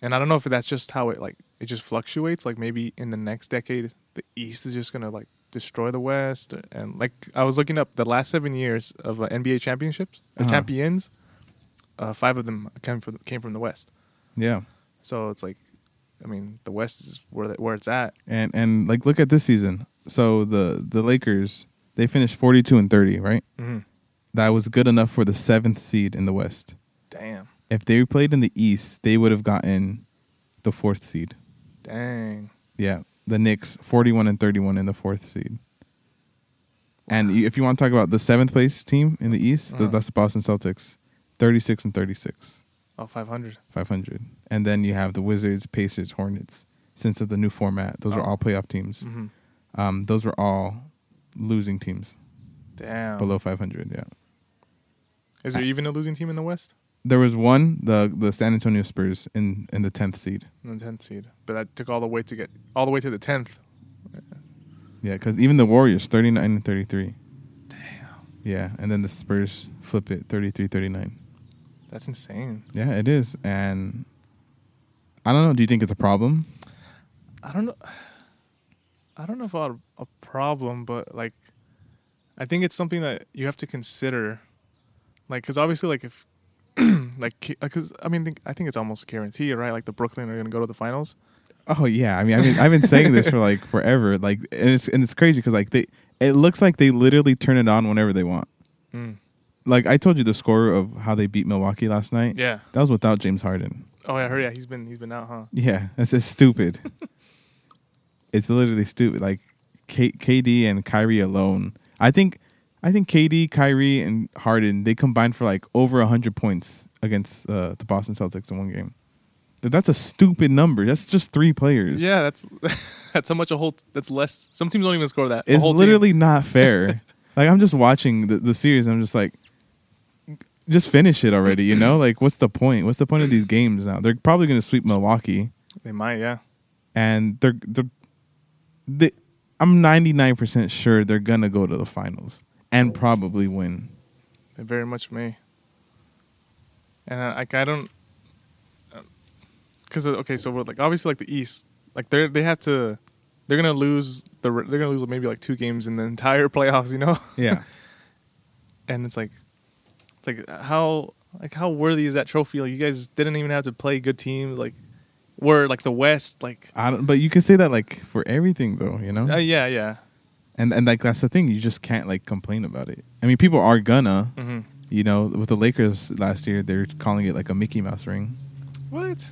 Speaker 1: and I don't know if that's just how it like it just fluctuates like maybe in the next decade the East is just gonna like destroy the West and like I was looking up the last seven years of uh, NBA championships the
Speaker 2: Uh-huh.
Speaker 1: champions, uh, five of them came from came from the West,
Speaker 2: yeah
Speaker 1: so it's like I mean the West is where the, where it's at
Speaker 2: and and like look at this season so the the lakers they finished 42 and 30 right
Speaker 1: mm-hmm.
Speaker 2: that was good enough for the seventh seed in the west
Speaker 1: damn
Speaker 2: if they played in the east they would have gotten the fourth seed
Speaker 1: dang.
Speaker 2: Yeah, the Knicks, forty-one and thirty-one in the fourth seed. And you- if you want to talk about the seventh place team in the East, th-
Speaker 1: Uh-huh.
Speaker 2: that's the Boston Celtics, thirty-six and thirty-six,
Speaker 1: Oh, 500.
Speaker 2: five hundred. And then you have the Wizards, Pacers, Hornets. Since of the new format, those are
Speaker 1: Oh.
Speaker 2: all playoff teams.
Speaker 1: Mm-hmm.
Speaker 2: Um, those were all losing teams
Speaker 1: Damn.
Speaker 2: below five hundred. Yeah,
Speaker 1: Is there even a losing team in the West?
Speaker 2: There was one, the the San Antonio Spurs in in the tenth seed.
Speaker 1: In the tenth seed, but that took all the way to get all the way to the tenth.
Speaker 2: Yeah, because even the Warriors, 39 and 33. Damn. Yeah, and then the Spurs flip it, 33 39.
Speaker 1: That's insane.
Speaker 2: Yeah, it is. And I don't know. Do you think it's a problem?
Speaker 1: I don't know. I don't know about a problem, but like, I think it's something that you have to consider, like, because obviously, like, if, like, because I mean, think- I think it's almost guaranteed, right? Like, the Brooklyn are gonna go to the finals.
Speaker 2: Oh yeah, I mean, I mean, I've been saying this for like forever. Like, and it's and it's crazy because like they, it looks like they literally turn it on whenever they want.
Speaker 1: Mm.
Speaker 2: Like I told you the score of how they beat Milwaukee last night.
Speaker 1: Yeah.
Speaker 2: That was without James Harden.
Speaker 1: Oh, yeah, I heard. Yeah, he's been he's been out, huh?
Speaker 2: Yeah, that's just stupid. it's literally stupid. Like K- KD and Kyrie alone, I think, I think KD, Kyrie, and Harden they combined for like over hundred points against uh, the Boston Celtics in one game. Th- That's a stupid number. That's just three players.
Speaker 1: Yeah, that's that's how much a whole. That's less. Some teams don't even score that. a
Speaker 2: It's
Speaker 1: whole team.
Speaker 2: literally not fair. like I'm just watching the, the series. I'm just like, just finish it already. You know, like what's the point? What's the point of these games now? They're probably going to sweep Milwaukee,
Speaker 1: they might. Yeah.
Speaker 2: and they're they're they, I'm 99 percent sure they're gonna go to the finals and probably win.
Speaker 1: They very much may. And uh, like I don't, because okay, so we're, like obviously like the East, like they're they have to, they're gonna lose the re- they're gonna lose maybe like two games in the entire playoffs, you know.
Speaker 2: Yeah,
Speaker 1: and it's like, it's like uh, how like how worthy is that trophy? Like you guys didn't even have to play good teams. Like we're like the West, like
Speaker 2: I don't, but you can say that like for everything though. You know,
Speaker 1: uh, yeah, yeah,
Speaker 2: and and like that's the thing. You just can't like complain about it. I mean, people are gonna.
Speaker 1: mm-hmm.
Speaker 2: You know, with the Lakers last year, they're calling it like a Mickey Mouse ring.
Speaker 1: What?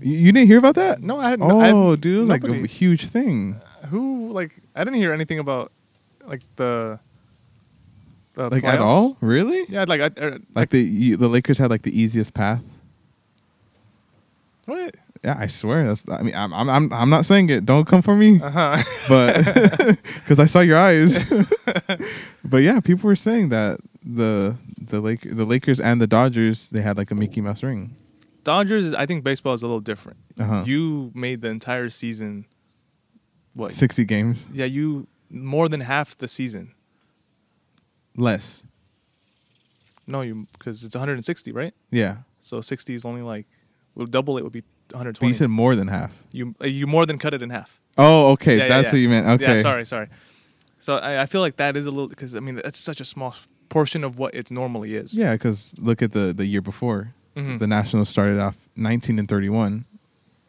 Speaker 2: You, you didn't hear about that?
Speaker 1: No, I had no. I
Speaker 2: Oh,
Speaker 1: had-
Speaker 2: dude, it was like a
Speaker 1: nobody- Uh,
Speaker 2: huge thing.
Speaker 1: who like I didn't hear anything about like the, the
Speaker 2: Like at
Speaker 1: playoffs.
Speaker 2: all? Really?
Speaker 1: Yeah, like I, er, like
Speaker 2: Like the you, the Lakers had like the easiest path.
Speaker 1: what?
Speaker 2: Yeah, I swear. That's. I mean, I'm I'm I'm, I'm not saying it. Don't come for me,
Speaker 1: Uh huh.
Speaker 2: but because I saw your eyes. but yeah, people were saying that the the Lake the Lakers and the Dodgers they had like a Mickey Mouse ring.
Speaker 1: Dodgers is. I think baseball is a little different.
Speaker 2: Uh-huh.
Speaker 1: You made the entire season. What?
Speaker 2: Sixty games
Speaker 1: Yeah, you more than half the season.
Speaker 2: less.
Speaker 1: No, you because it's 160, right?
Speaker 2: Yeah,
Speaker 1: So 60 is only like well, double it would be
Speaker 2: but you
Speaker 1: 120.
Speaker 2: said more than half.
Speaker 1: you uh, you more than cut it in half.
Speaker 2: Oh, okay,
Speaker 1: Yeah, yeah,
Speaker 2: that's
Speaker 1: yeah.
Speaker 2: what you meant. Okay,
Speaker 1: Yeah, sorry, sorry. So I, I feel like that is a little because I mean that's such a small portion of what it normally is.
Speaker 2: Yeah, because look at the the year before,
Speaker 1: Mhm.
Speaker 2: the Nationals started off nineteen and thirty one,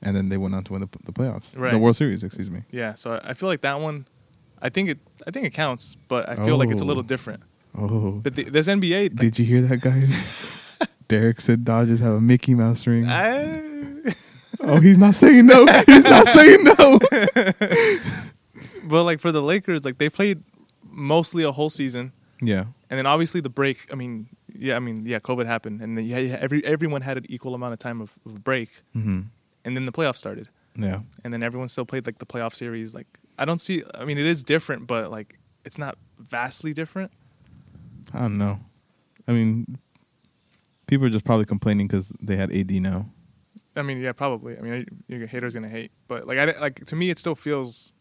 Speaker 2: and then they went on to win the, the playoffs,
Speaker 1: Right.
Speaker 2: the World Series. Excuse me.
Speaker 1: Yeah, so I I feel like that one, I think it, I think it counts, but I feel like it's a
Speaker 2: Oh.
Speaker 1: little different.
Speaker 2: Oh,
Speaker 1: But the, this NBA, like,
Speaker 2: did you hear that, guys? Derek said Dodgers have a Mickey Mouse ring.
Speaker 1: I,
Speaker 2: oh, he's not saying no. He's not saying no.
Speaker 1: but like for the Lakers, like they played mostly a whole season,
Speaker 2: yeah,
Speaker 1: and then obviously the break. I mean, yeah, I mean, yeah, COVID happened, and then yeah, yeah, every everyone had an equal amount of time of, of break,
Speaker 2: hmm
Speaker 1: and then the playoffs started,
Speaker 2: yeah.
Speaker 1: and then everyone still played like the playoff series. Like I don't see. I mean, it is different, but like it's not vastly different.
Speaker 2: I don't know. I mean, people are just probably complaining because they had AD now.
Speaker 1: I mean, yeah, probably. I mean, your haters gonna hate, but like, I di- like to me, it still feels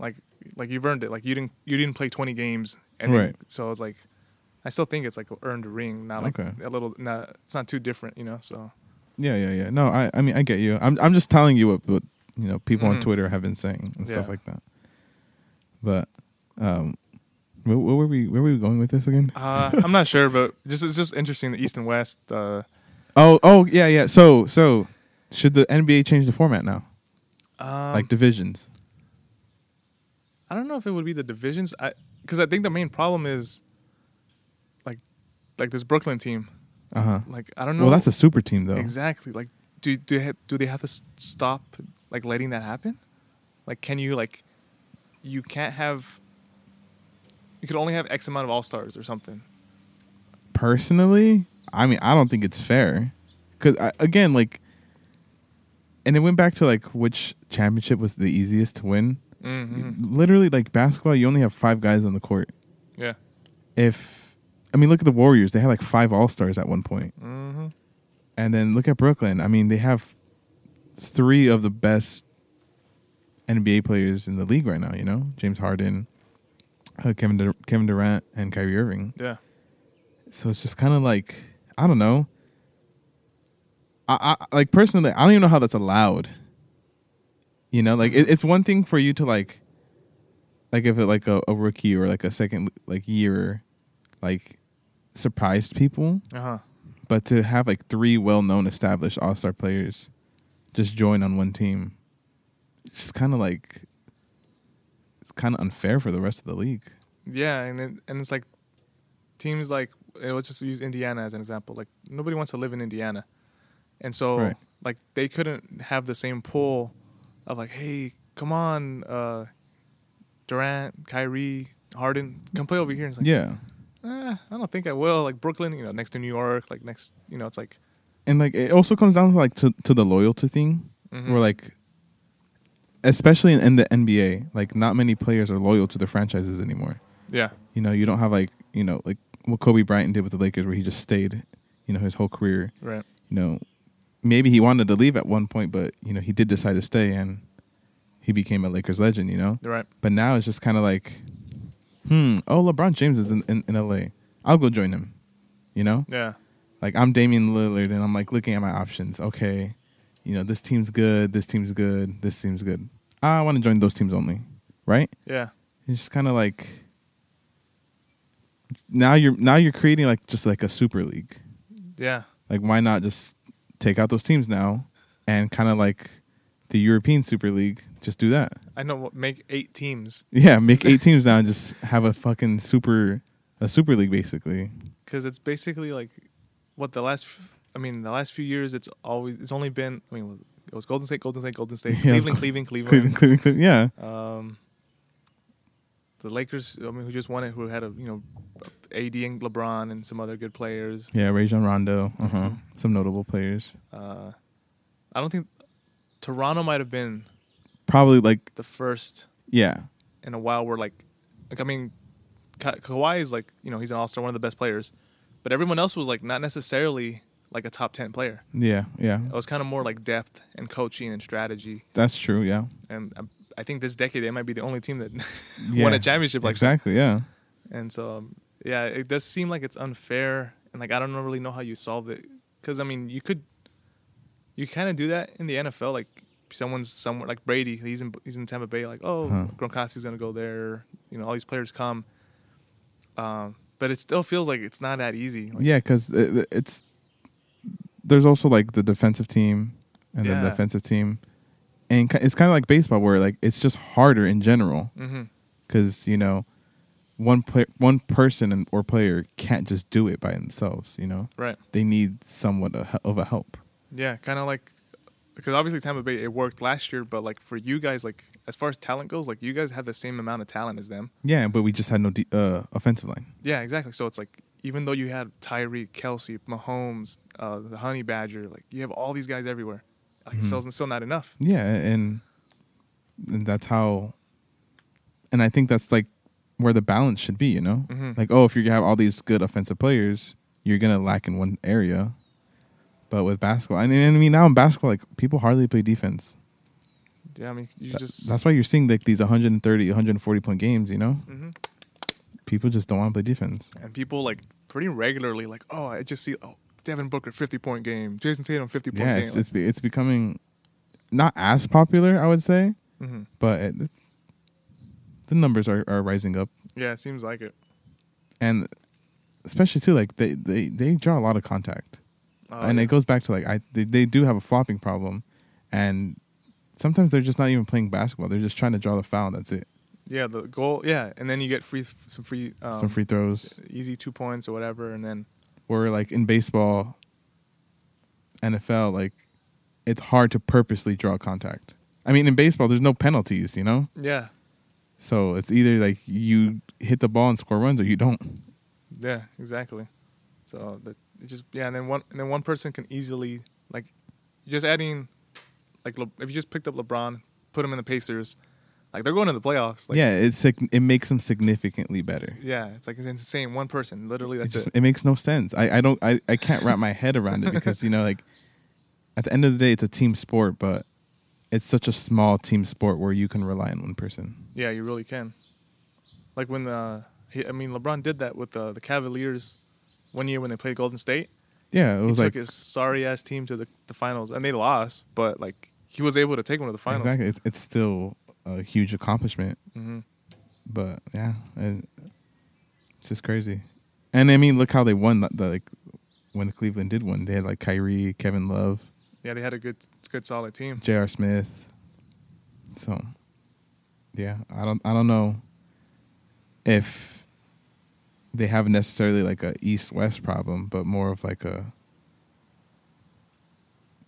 Speaker 1: like like you've earned it. Like you didn't you didn't play twenty games, and then-
Speaker 2: Right.
Speaker 1: so it's like, I still think it's like a earned ring, not like
Speaker 2: Okay.
Speaker 1: a little. Not, it's not too different, you know. So
Speaker 2: Yeah, yeah, yeah. No, I, I mean, I get you. I'm, I'm just telling you what, what you know, people on
Speaker 1: Mhm.
Speaker 2: Twitter have been saying and stuff
Speaker 1: Yeah.
Speaker 2: like that. But, um, where, where were we? Where were we going with this again?
Speaker 1: uh, I'm not sure, but just it's just interesting the East and West. Uh,
Speaker 2: Oh, oh, yeah, yeah. So, so should the NBA change the format now,
Speaker 1: um,
Speaker 2: like divisions?
Speaker 1: I don't know if it would be the divisions, I because I think the main problem is like like this Brooklyn team.
Speaker 2: Uh huh.
Speaker 1: Like I don't know.
Speaker 2: Well, that's a super team though.
Speaker 1: Exactly. Like, do do they ha- do they have to s- stop like letting that happen? Like, can you like, you can't have. You could only have X amount of all stars or something.
Speaker 2: Personally, I mean, I don't think it's fair, because again, like, and it went back to like which championship was the easiest to win.
Speaker 1: Mm-hmm.
Speaker 2: Literally, like basketball, you only have five guys on the court.
Speaker 1: Yeah.
Speaker 2: if I mean, look at the Warriors. They had like five All Stars at one point.
Speaker 1: Mm-hmm.
Speaker 2: And then look at Brooklyn. I mean, they have three of the best NBA players in the league right now. You know, James Harden, uh, Kevin Dur- Kevin Durant, and Kyrie Irving.
Speaker 1: Yeah.
Speaker 2: So it's just kind of like I don't know. I, I like personally, I don't even know how that's allowed. You know, like it, it's one thing for you to like, like if it like a, a rookie or like a second like year, like surprised people,
Speaker 1: Uh huh.
Speaker 2: but to have like three well-known established all-star players just join on one team it's just kind of like it's kind of unfair for the rest of the league
Speaker 1: Yeah, and it, and it's like teams like eh, let's just use Indiana as an example. Like nobody wants to live in Indiana, and so
Speaker 2: Right.
Speaker 1: like they couldn't have the same pull of like, hey, come on, uh, Durant, Kyrie, Harden, come play over here. And it's like,
Speaker 2: yeah
Speaker 1: eh, I don't think I will. Like Brooklyn, you know, next to New York, like next, you know, it's like
Speaker 2: and like it also comes down to like to, to the loyalty thing
Speaker 1: mhm.
Speaker 2: where like especially in, in the nba like not many players are loyal to their franchises anymore
Speaker 1: yeah,
Speaker 2: you know you don't have like you know like what kobe bryant did with the lakers where he just stayed you know his whole career
Speaker 1: right,
Speaker 2: you know, maybe he wanted to leave at one point, but you know, he did decide to stay and he became a Lakers legend, you know?
Speaker 1: right,
Speaker 2: But now it's just kind of like, hmm, oh, LeBron James is in, in, in LA. I'll go join him, you know?
Speaker 1: yeah,
Speaker 2: Like, I'm Damian Lillard and I'm like looking at my options. Okay, you know, this team's good, this team's good, this team's good. I want to join those teams only, right?
Speaker 1: yeah,
Speaker 2: It's just kind of like, now you're now you're creating like just like a super league
Speaker 1: yeah,
Speaker 2: like why not just take out those teams now and kind of like the European Super League, just do that.
Speaker 1: I know. what Make eight teams
Speaker 2: Yeah, make eight teams now and just have a fucking super a super league basically.
Speaker 1: because it's basically like what the last f- i mean the last few years it's always it's only been i mean it was golden state golden state golden state
Speaker 2: Yeah, it was
Speaker 1: cleveland, cleveland
Speaker 2: Cleveland,
Speaker 1: cleveland
Speaker 2: Cleveland, Cleveland. Yeah.
Speaker 1: um the lakers i mean who just won it who had a you know ad and lebron and some other good players
Speaker 2: Yeah, Rajon Rondo. Uh-huh. Some notable players.
Speaker 1: uh i don't think toronto might have been
Speaker 2: Probably like
Speaker 1: the first
Speaker 2: yeah.
Speaker 1: in a while where like like i mean Ka- Kawhi is like you know he's an all-star one of the best players but everyone else was like not necessarily like a top 10 player
Speaker 2: Yeah, yeah.
Speaker 1: It was kind of more like depth and coaching and strategy.
Speaker 2: That's true, yeah.
Speaker 1: And um, I, I think this decade they might be the only team that
Speaker 2: yeah.
Speaker 1: won a championship like
Speaker 2: Exactly, yeah.
Speaker 1: that. And so um, yeah, it does seem like it's unfair. And like I don't really know how you solve it because I mean you could you kind of do that in the NFL. Like someone's somewhere like Brady, he's in he's in Tampa Bay. Like oh
Speaker 2: Huh.
Speaker 1: Gronkowski's gonna go there. You know all these players come. Um, but it still feels like it's not that easy. Like,
Speaker 2: Yeah, 'cause yeah, because it's there's also like the defensive team and
Speaker 1: Yeah.
Speaker 2: the defensive team, and ki- it's kind of like baseball where like it's just harder in general
Speaker 1: Mm-hmm.
Speaker 2: because you know one play one person and, or player can't just do it by themselves. You know
Speaker 1: Right.
Speaker 2: they need somewhat of he- of a help.
Speaker 1: Yeah, kind of like because obviously Tampa Bay it worked last year, but like for you guys, like as far as talent goes, like you guys have the same amount of talent as them.
Speaker 2: Yeah, but we just had no de- uh, offensive line.
Speaker 1: Yeah, exactly. So it's like even though you had Tyreek, Kelsey, Mahomes, uh, the Honey Badger, like you have all these guys everywhere, like
Speaker 2: Mm-hmm.
Speaker 1: it's still still not enough.
Speaker 2: Yeah, and, and that's how, and I think that's like where the balance should be. You know,
Speaker 1: Mhm.
Speaker 2: like oh, if you have all these good offensive players, you're gonna lack in one area. But with basketball, and, and I mean now in basketball, like people hardly play defense.
Speaker 1: Yeah, I mean you
Speaker 2: That-
Speaker 1: just
Speaker 2: that's why you're seeing like these 130, 140 point games. You know,
Speaker 1: Mhm.
Speaker 2: people just don't want to play defense.
Speaker 1: and people like pretty regularly like oh I just see oh Devin Booker fifty point game, Jason Tatum fifty point
Speaker 2: Yeah,
Speaker 1: game.
Speaker 2: it's it's, be, it's becoming not as popular, I would say,
Speaker 1: Like, mhm.
Speaker 2: but it, the numbers are, are rising up.
Speaker 1: Yeah, it seems like it.
Speaker 2: and especially too like they they, they draw a lot of contact
Speaker 1: Oh,
Speaker 2: and
Speaker 1: yeah.
Speaker 2: it goes back to like i they, they do have a flopping problem and sometimes they're just not even playing basketball they're just trying to draw the foul that's it
Speaker 1: yeah, the goal. Yeah, and then you get free some free um,
Speaker 2: some free throws
Speaker 1: easy two points or whatever, and then
Speaker 2: or like in baseball nfl like it's hard to purposely draw contact i mean in baseball there's no penalties you know
Speaker 1: yeah,
Speaker 2: so it's either like you hit the ball and score runs or you don't
Speaker 1: yeah, exactly. So that it just yeah, and then one and then one person can easily like just adding like Le, if you just picked up LeBron, put him in the Pacers, Like they're going to the playoffs. Like,
Speaker 2: yeah, it's sig- it makes them significantly better.
Speaker 1: yeah. It's like it's insane. One person, literally.
Speaker 2: It
Speaker 1: That's
Speaker 2: just
Speaker 1: it.
Speaker 2: it makes no sense. I, I don't I, I can't wrap my head around it because you know like at the end of the day it's a team sport, but it's such a small team sport where you can rely on one person.
Speaker 1: Yeah, you really can. Like when the, he, I mean, LeBron did that with uh, the the Cavaliers, one year when they played Golden State.
Speaker 2: Yeah, it
Speaker 1: He
Speaker 2: was
Speaker 1: took
Speaker 2: like
Speaker 1: his sorry ass team to the, the finals, and they lost. But like he was able to take one to the finals.
Speaker 2: exactly. It's, it's still a huge accomplishment,
Speaker 1: Mhm.
Speaker 2: but yeah, it, it's just crazy. And I mean, look how they won. The, the, like when Cleveland did win, they had like Kyrie, Kevin Love,
Speaker 1: Yeah, they had a good good solid team.
Speaker 2: J.R. Smith. So, yeah, I don't, I don't know if they have necessarily like a East West problem, but more of like a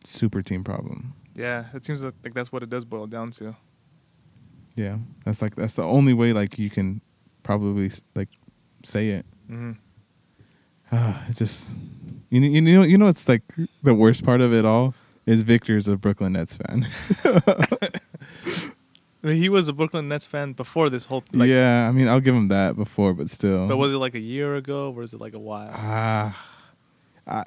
Speaker 2: super team problem.
Speaker 1: Yeah, it seems like like that's what it does boil down to.
Speaker 2: Yeah, that's like that's the only way like you can probably s- like say it.
Speaker 1: Mm-hmm.
Speaker 2: it just you, kn- you know you know it's like the worst part of it all is Victor's a Brooklyn Nets fan.
Speaker 1: He was a Brooklyn Nets fan before this whole. Like,
Speaker 2: yeah, I mean I'll give him that before, but still.
Speaker 1: But was it like a year ago, or is it like a while?
Speaker 2: Ah, I-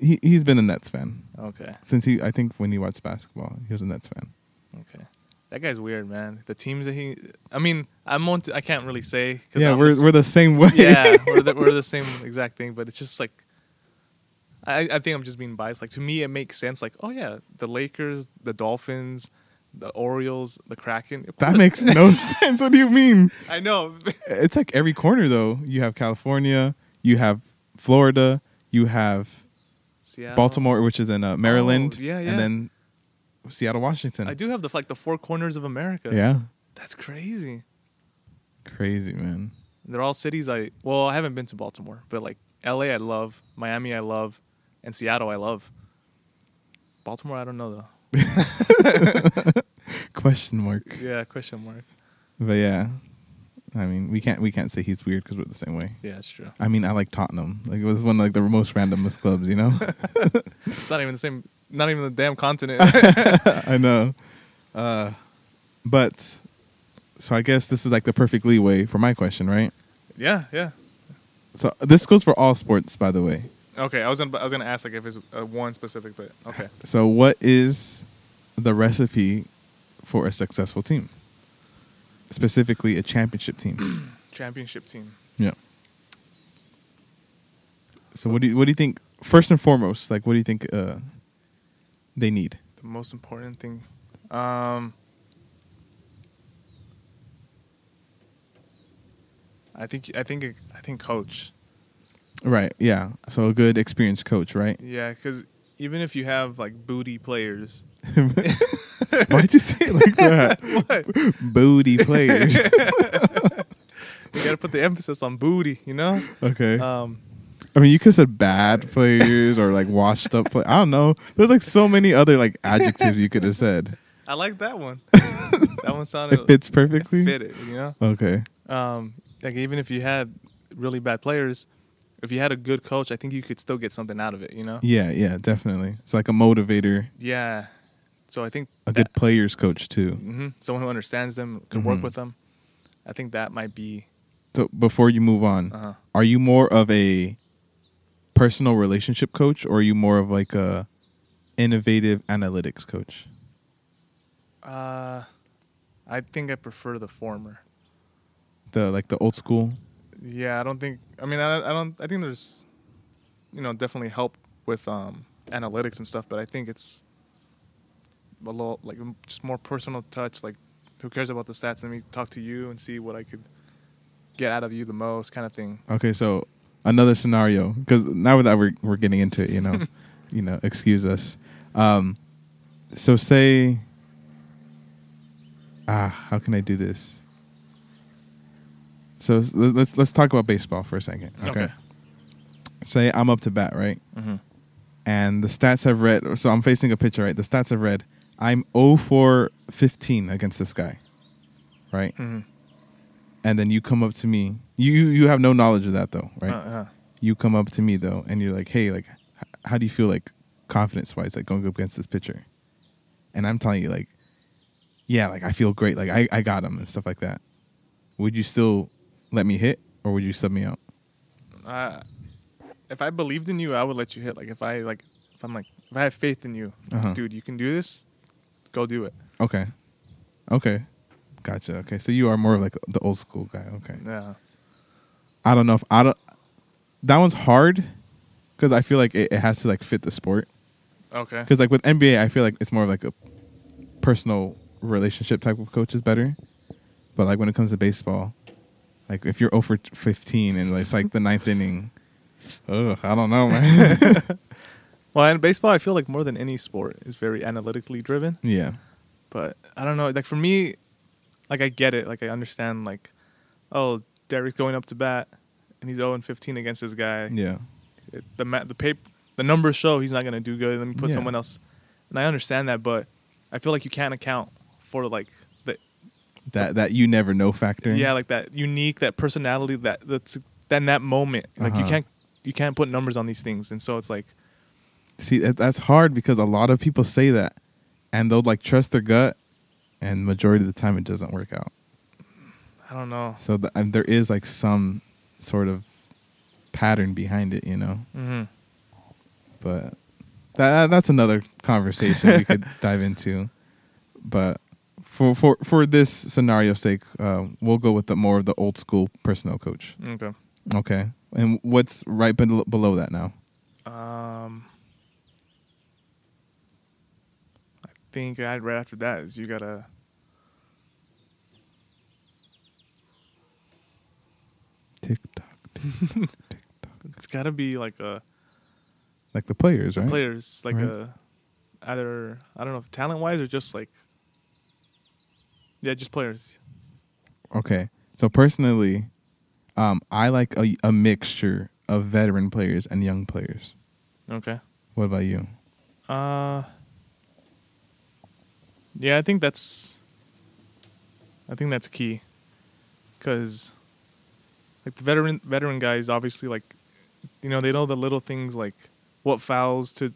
Speaker 2: he he's been a Nets fan
Speaker 1: Okay,
Speaker 2: since he I think when he watched basketball he was a Nets fan.
Speaker 1: okay. That guy's weird, man. The teams that he, I mean, I'm on. To, I can't really say.
Speaker 2: Yeah,
Speaker 1: I'm the
Speaker 2: we're
Speaker 1: s-
Speaker 2: we're the same way.
Speaker 1: yeah, we're the, we're the same exact thing. But it's just like, I I think I'm just being biased. Like to me, it makes sense. Like, oh yeah, the Lakers, the Dolphins, the Orioles, the Kraken. Of
Speaker 2: that
Speaker 1: course-
Speaker 2: makes no sense. What do you mean?
Speaker 1: I know.
Speaker 2: It's like every corner though. You have California, you have Florida, you have
Speaker 1: Seattle.
Speaker 2: Baltimore, which is in uh, Maryland,
Speaker 1: Oh, yeah, yeah.
Speaker 2: and then Seattle, Washington.
Speaker 1: I do have the like the four corners of America.
Speaker 2: Yeah,
Speaker 1: that's crazy.
Speaker 2: crazy man.
Speaker 1: They're all cities I well, I haven't been to Baltimore, but like LA I love, Miami I love, and Seattle I love. Baltimore I don't know though.
Speaker 2: Question mark.
Speaker 1: Yeah, question mark.
Speaker 2: But yeah, I mean we can't we can't say he's weird because we're the same way.
Speaker 1: Yeah, it's true.
Speaker 2: I mean, I like Tottenham. Like it was one of like the most randomest clubs, you know.
Speaker 1: It's not even the same not even the damn continent.
Speaker 2: I know. Uh, but so I guess this is like the perfect leeway for my question, right?
Speaker 1: yeah, yeah.
Speaker 2: So this goes for all sports, by the way.
Speaker 1: Okay, I was gonna I was gonna ask like if it's uh, one specific, but okay.
Speaker 2: So what is the recipe for a successful team? Specifically, a championship team.
Speaker 1: Championship team.
Speaker 2: yeah. So what do you, what do you think? First and foremost, like what do you think uh, they need?
Speaker 1: The most important thing. Um I think I think I think coach.
Speaker 2: Right. Yeah. So a good experienced coach, right?
Speaker 1: Yeah, because even if you have like booty players,
Speaker 2: Why'd you say it like that?
Speaker 1: what? you
Speaker 2: Booty players.
Speaker 1: gotta put the emphasis on booty, you know.
Speaker 2: okay.
Speaker 1: Um,
Speaker 2: I mean, you could have said bad players or like washed up play. I don't know. There's like so many other like adjectives you could have said.
Speaker 1: I like that one. that one sounded
Speaker 2: It fits perfectly.
Speaker 1: fit it, you know.
Speaker 2: Okay.
Speaker 1: Um, like even if you had really bad players, if you had a good coach, I think you could still get something out of it, you know.
Speaker 2: Yeah. Yeah. Definitely. It's like a motivator,
Speaker 1: Yeah. So I think
Speaker 2: a good players coach too.
Speaker 1: hmm someone who understands them can work
Speaker 2: Mhm.
Speaker 1: with them. I think that might be.
Speaker 2: So before you move on,
Speaker 1: Uh-huh.
Speaker 2: are you more of a personal relationship coach or are you more of like a innovative analytics coach?
Speaker 1: Uh, I think I prefer the former.
Speaker 2: The like the old school.
Speaker 1: Yeah, I don't think. I mean, I, I don't. I think there's, you know, definitely help with um, analytics and stuff, but I think it's a little like just more personal touch. Like, who cares about the stats? Let me talk to you and see what I could get out of you the most, kind of thing.
Speaker 2: Okay, so another scenario because now that we're we're getting into it, you know, you know, excuse us. Um, so say, ah, how can I do this? So s- le- let's let's talk about baseball for a second. Okay.
Speaker 1: Okay.
Speaker 2: Say I'm up to bat, right?
Speaker 1: Mm-hmm.
Speaker 2: And the stats I've read. So I'm facing a pitcher, right? The stats I've read. I'm 0 for 15 against this guy, right?
Speaker 1: Mm-hmm.
Speaker 2: And then you come up to me. You you you have no knowledge of that though, right?
Speaker 1: Uh,
Speaker 2: you come up to me though and you're like hey like h- how do you feel like confidence wise like going up against this pitcher and i'm telling you like yeah, like I feel great, like I, I got him and stuff like that, would you still let me hit or would you sub me out?
Speaker 1: I, if I believed in you, I would let you hit. Like if I like, if I'm like, if I have faith in you,
Speaker 2: Uh-huh.
Speaker 1: dude, you can do this. Go do it.
Speaker 2: Okay, okay, gotcha. Okay, so you are more like the old school guy. Okay,
Speaker 1: Yeah.
Speaker 2: I don't know if I don't. That one's hard because I feel like it, it has to like fit the sport.
Speaker 1: Okay.
Speaker 2: Because like with NBA, I feel like it's more of like a personal relationship type of coach is better. But like when it comes to baseball, like if you're over 15 and it's like the ninth inning, ugh, I don't know, man.
Speaker 1: Well, in baseball, I feel like more than any sport is very analytically driven.
Speaker 2: yeah,
Speaker 1: But I don't know. Like for me, like I get it. Like I understand. Like, oh, Derek's going up to bat, and he's 0 and 15 against this guy.
Speaker 2: yeah,
Speaker 1: It, the ma- the paper, the numbers show he's not gonna do good. Let me put
Speaker 2: Yeah.
Speaker 1: someone else. And I understand that, but I feel like you can't account for like the
Speaker 2: that that you never know factor.
Speaker 1: yeah, like that unique, that personality, that that's then that moment. Like you
Speaker 2: Uh-huh.
Speaker 1: can't
Speaker 2: can't-
Speaker 1: you can't put numbers on these things, and so it's like
Speaker 2: See, that, that's hard because a lot of people say that, and they'll like trust their gut, and majority of the time it doesn't work out.
Speaker 1: I don't know.
Speaker 2: So th- and there is like some sort of pattern behind it, you know.
Speaker 1: Mm-hmm.
Speaker 2: but that that's another conversation we could dive into. But for for for this scenario's sake, uh, we'll go with the more of the old school personnel coach.
Speaker 1: Okay.
Speaker 2: Okay, and what's right bel below that now?
Speaker 1: Um, I think right, right after that is you gotta.
Speaker 2: Tick tock, tick tock, tick tock.
Speaker 1: It's gotta be like a
Speaker 2: Like the players, right?
Speaker 1: players like
Speaker 2: Right.
Speaker 1: a either I don't know if talent wise or just like yeah, just players.
Speaker 2: Okay, so personally, um, I like a, a mixture of veteran players and young players.
Speaker 1: Okay.
Speaker 2: What about you?
Speaker 1: Uh. Yeah, I think that's. I think that's key, because, like the veteran veteran guys, obviously, like, you know, they know the little things like what fouls to,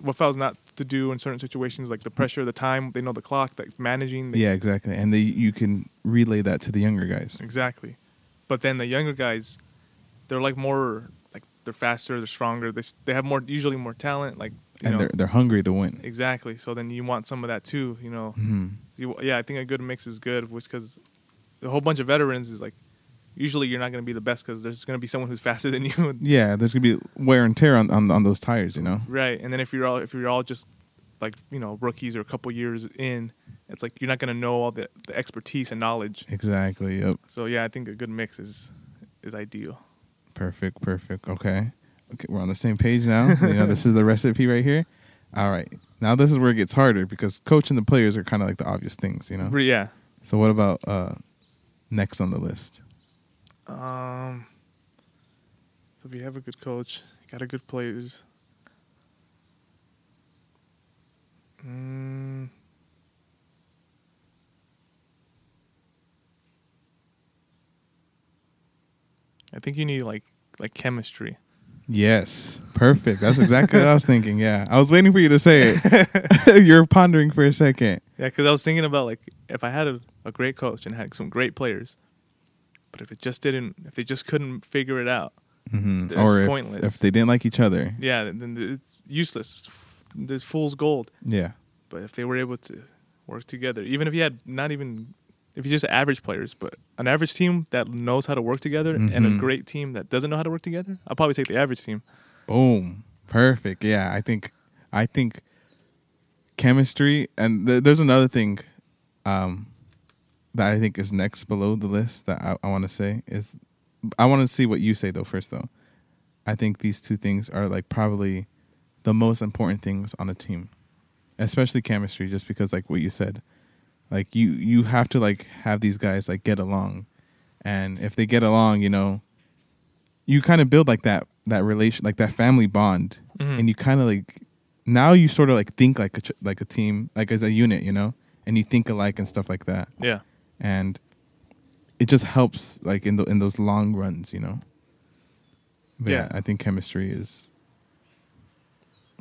Speaker 1: what fouls not to do in certain situations, like the pressure, the time. They know the clock, like managing. They,
Speaker 2: Yeah, exactly. And they, you can relay that to the younger guys.
Speaker 1: Exactly, but then the younger guys, they're like more like they're faster, they're stronger, they s- they have more usually more talent, like you
Speaker 2: and
Speaker 1: know
Speaker 2: they're they're hungry to win.
Speaker 1: exactly. So then you want some of that too, you know.
Speaker 2: Mhm.
Speaker 1: So you, yeah, I think a good mix is good, which because a whole bunch of veterans is like usually you're not going to be the best because there's going to be someone who's faster than you,
Speaker 2: Yeah, there's gonna be wear and tear on, on on those tires, you know.
Speaker 1: right? And then if you're all if you're all just like you know rookies or a couple years in, it's like you're not going to know all the, the expertise and knowledge.
Speaker 2: Exactly. Yep.
Speaker 1: So yeah, I think a good mix is is ideal.
Speaker 2: Perfect. Perfect. Okay. Okay, we're on the same page now. you know, this is the recipe right here. All right. Now this is where it gets harder because coach and the players are kind of like the obvious things, you know.
Speaker 1: Re- Yeah.
Speaker 2: So what about uh next on the list?
Speaker 1: Um. So if you have a good coach, you got a good players. Mm. I think you need like like chemistry.
Speaker 2: Yes. Perfect. That's exactly what I was thinking. Yeah. I was waiting for you to say it. You're pondering for a second.
Speaker 1: Yeah, because I was thinking about like if I had a, a great coach and had some great players, but if it just didn't, if they just couldn't figure it out,
Speaker 2: hmm
Speaker 1: It's
Speaker 2: Or if,
Speaker 1: pointless.
Speaker 2: if they didn't like each other.
Speaker 1: yeah, then it's useless. It's f- There's fool's gold.
Speaker 2: Yeah.
Speaker 1: But if they were able to work together, even if you had not even if you just average players, but an average team that knows how to work together and a
Speaker 2: Mhm.
Speaker 1: great team that doesn't know how to work together, I'll probably take the average team.
Speaker 2: Boom. Perfect. Yeah, I think I think chemistry and th- there's another thing um that I think is next below the list that I, I want to say is I want to see what you say though first though. I think these two things are like probably the most important things on a team. Especially chemistry just because like what you said. Like you you have to like have these guys like get along. And if they get along, you know, you kind of build like that that relation like that family bond
Speaker 1: Mhm.
Speaker 2: and you kind of like now you sort of like think like a ch- like a team like as a unit you know and you think alike and stuff like that
Speaker 1: Yeah.
Speaker 2: and it just helps like in the in those long runs you know But
Speaker 1: Yeah.
Speaker 2: i think chemistry is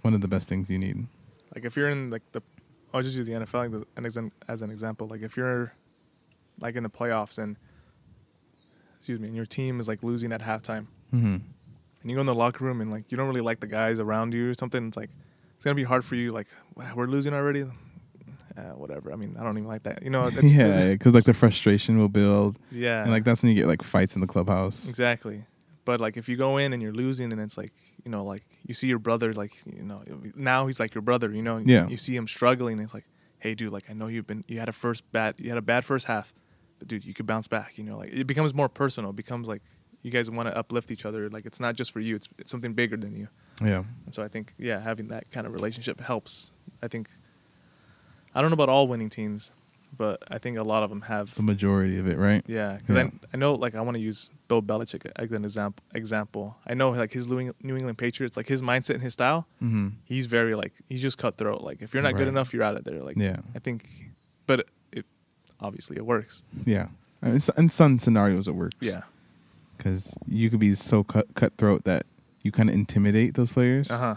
Speaker 2: one of the best things you need
Speaker 1: Like if you're in like the I'll just use the NFL as an exam- as an example. Like if you're like in the playoffs and excuse me, and your team is like losing at halftime,
Speaker 2: Mm-hmm.
Speaker 1: and you go in the locker room and like you don't really like the guys around you or something, it's like it's gonna be hard for you. Like "Wow, we're losing already, uh, whatever. I mean, I don't even like that. You know, it's,
Speaker 2: yeah, because like the frustration will build,
Speaker 1: yeah,
Speaker 2: and like that's when you get like fights in the clubhouse.
Speaker 1: Exactly. But like if you go in and you're losing and it's like, you know, like you see your brother like, you know, now he's like your brother, you know.
Speaker 2: Yeah.
Speaker 1: You see him struggling and it's like, "Hey dude, like I know you've been you had a first bat, you had a bad first half, but dude, you could bounce back." You know, like it becomes more personal, it becomes like you guys want to uplift each other. Like it's not just for you, it's it's something bigger than you.
Speaker 2: Yeah,
Speaker 1: And so I think yeah, having that kind of relationship helps. I think I don't know about all winning teams, but I think a lot of them have
Speaker 2: the majority of it, right?
Speaker 1: yeah, because
Speaker 2: Yeah.
Speaker 1: I I know like I want to use Bill Belichick as an example. Example, I know like his New Eng- New England Patriots, like his mindset and his style.
Speaker 2: Mm-hmm.
Speaker 1: He's very like he's just cutthroat. Like if you're not
Speaker 2: Right.
Speaker 1: good enough, you're out of there. Like
Speaker 2: Yeah,
Speaker 1: I think, but it obviously it works.
Speaker 2: yeah. And s- in some scenarios, it works.
Speaker 1: Yeah.
Speaker 2: because you could be so cut- cutthroat that you kind of intimidate those players,
Speaker 1: Uh huh.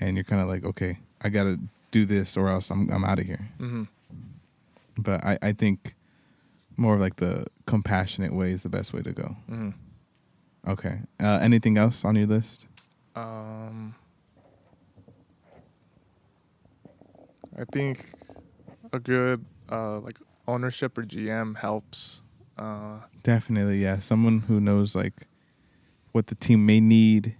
Speaker 2: and you're kind of like, okay, I gotta do this or else I'm I'm out of here.
Speaker 1: Mm-hmm.
Speaker 2: But I I think more of like the compassionate way is the best way to go.
Speaker 1: Mm-hmm.
Speaker 2: Okay. Uh, anything else on your list?
Speaker 1: Um. I think a good uh like ownership or GM helps. Uh,
Speaker 2: Definitely, yeah. Someone who knows like what the team may need,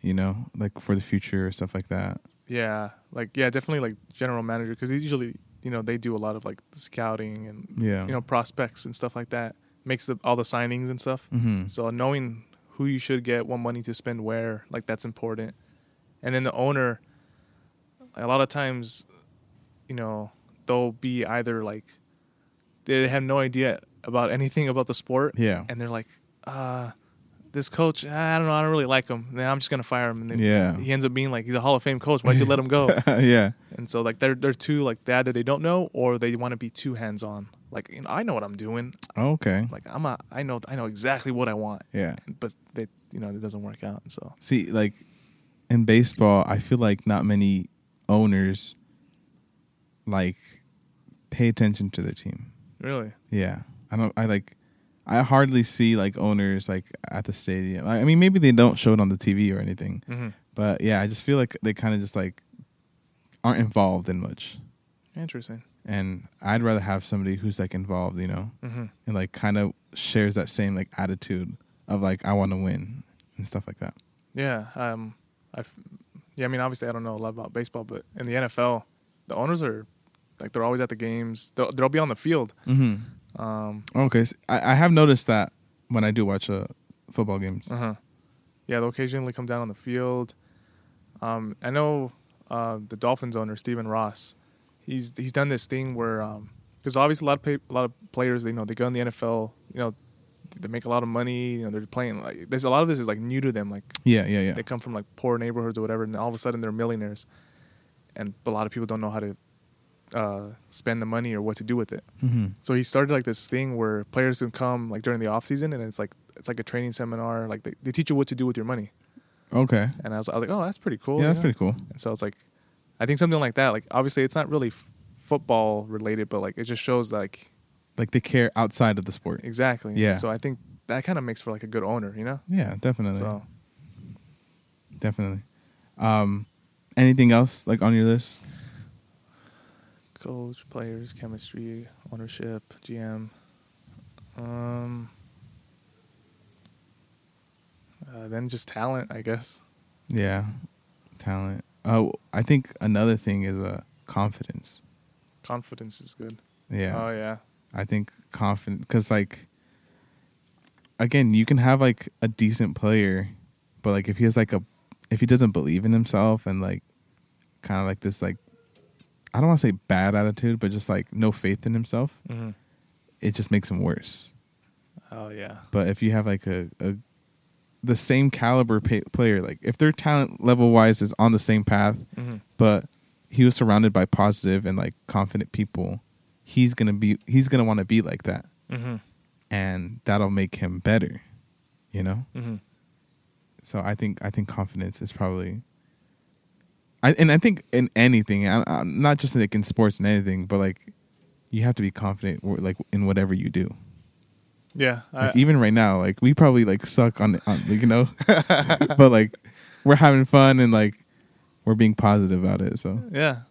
Speaker 2: you know, like for the future or stuff like that.
Speaker 1: Yeah, like yeah, definitely like general manager because usually you know they do a lot of like the scouting and
Speaker 2: Yeah.
Speaker 1: you know prospects and stuff like that. Makes the all the signings and stuff.
Speaker 2: hmm
Speaker 1: So knowing who you should get, what money to spend where, like that's important. And then the owner, a lot of times, you know, they'll be either like they have no idea about anything about the sport,
Speaker 2: Yeah.
Speaker 1: and they're like, uh, this coach, I don't know, I don't really like him. Nah, I'm just gonna fire him. And they,
Speaker 2: Yeah.
Speaker 1: he ends up being like he's a Hall of Fame coach. Why'd you let him go?
Speaker 2: yeah.
Speaker 1: And so like they're they're too like that that they don't know or they want to be too hands on. Like you know, I know what I'm doing.
Speaker 2: Okay.
Speaker 1: Like I'm a I know I know exactly what I want.
Speaker 2: Yeah.
Speaker 1: But they you know it doesn't work out. And so
Speaker 2: See, like in baseball, I feel like not many owners like pay attention to their team.
Speaker 1: really,
Speaker 2: Yeah. I don't I like I hardly see like owners like at the stadium. I I mean maybe they don't show it on the TV or anything.
Speaker 1: hmm
Speaker 2: But yeah, I just feel like they kind of just like aren't involved in much.
Speaker 1: interesting.
Speaker 2: And I'd rather have somebody who's like involved, you know,
Speaker 1: hmm
Speaker 2: and like kind of shares that same like attitude of like I want to win and stuff like that.
Speaker 1: Yeah. Um. I. Yeah. I mean, obviously, I don't know a lot about baseball, but in the NFL, the owners are like they're always at the games. They'll, they'll be on the field.
Speaker 2: Mm-hmm.
Speaker 1: Um.
Speaker 2: Okay, so I, I have noticed that when I do watch uh, football games.
Speaker 1: Uh huh. Yeah, they'll occasionally come down on the field. Um, I know uh, the Dolphins owner Stephen Ross. He's he's done this thing where because obviously a lot of pa- a lot of players they know they go in the NFL you know they make a lot of money you know they're playing like there's a lot of this is like new to them like
Speaker 2: Yeah, yeah, yeah.
Speaker 1: they come from like poor neighborhoods or whatever and all of a sudden they're millionaires and a lot of people don't know how to uh, spend the money or what to do with it
Speaker 2: Mm-hmm.
Speaker 1: so he started like this thing where players can come like during the off season and it's like it's like a training seminar like they, they teach you what to do with your money
Speaker 2: Okay,
Speaker 1: and i was, I was like oh that's pretty cool
Speaker 2: yeah, that's
Speaker 1: you know?
Speaker 2: pretty cool.
Speaker 1: and so it's like i think something like that like obviously it's not really f- football related but like it just shows like
Speaker 2: Like they care outside of the sport.
Speaker 1: exactly
Speaker 2: Yeah.
Speaker 1: so i think that kind of makes for like a good owner you know
Speaker 2: Yeah, definitely,
Speaker 1: so
Speaker 2: definitely. Um, anything else like on your list?
Speaker 1: coach players chemistry ownership gm um uh, then just talent i guess
Speaker 2: Yeah, talent. Oh, I think another thing is uh confidence.
Speaker 1: confidence is good
Speaker 2: Yeah,
Speaker 1: oh yeah
Speaker 2: I think confident because like again, you can have like a decent player, but like if he has like a if he doesn't believe in himself and like kind of like this like I don't want to say bad attitude, but just like no faith in himself,
Speaker 1: mm-hmm.
Speaker 2: it just makes him worse.
Speaker 1: Oh yeah.
Speaker 2: But if you have like a, a the same caliber pa player, like if their talent level wise is on the same path,
Speaker 1: Mm-hmm.
Speaker 2: but he was surrounded by positive and like confident people, he's gonna be he's gonna want to be like that.
Speaker 1: Mm-hmm.
Speaker 2: and that'll make him better you know
Speaker 1: Mm-hmm.
Speaker 2: so i think i think confidence is probably i I, and I think in anything, I, I, not just like in sports and anything, but like you have to be confident, w- like in whatever you do.
Speaker 1: Yeah, I,
Speaker 2: Like, even right now, like we probably like suck on, on like, you know, but like we're having fun and like we're being positive about it. So
Speaker 1: yeah.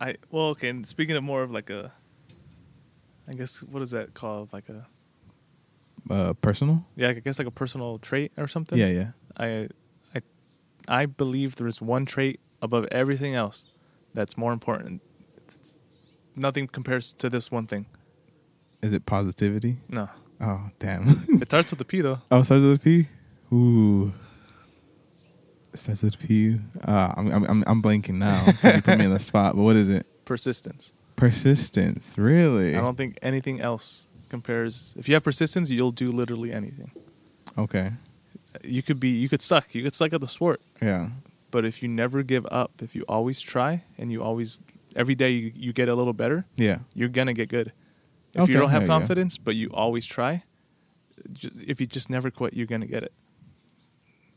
Speaker 1: I well, okay. And speaking of more of like a, I guess what is that called? Like a
Speaker 2: uh, personal,
Speaker 1: yeah, I guess like a personal trait or something.
Speaker 2: yeah, yeah,
Speaker 1: I, I, I believe there is one trait above everything else that's more important. It's- nothing compares to this one thing.
Speaker 2: is it positivity?
Speaker 1: No,
Speaker 2: Oh damn!
Speaker 1: it starts with a P though.
Speaker 2: oh, starts with a P. Ooh, starts with a P. Uh, I'm I'm I'm- I'm blanking now. you put me in the spot, but what is it?
Speaker 1: Persistence.
Speaker 2: Persistence, really?
Speaker 1: I don't think anything else compares. If you have persistence, you'll do literally anything.
Speaker 2: Okay.
Speaker 1: You could be, you could suck, you could suck at the sport,
Speaker 2: Yeah.
Speaker 1: but if you never give up, if you always try and you always, every day you, you get a little better,
Speaker 2: Yeah.
Speaker 1: you're gonna get good. If
Speaker 2: Okay,
Speaker 1: you don't have
Speaker 2: hell yeah.
Speaker 1: confidence, but you always try, ju- if you just never quit, you're gonna get it.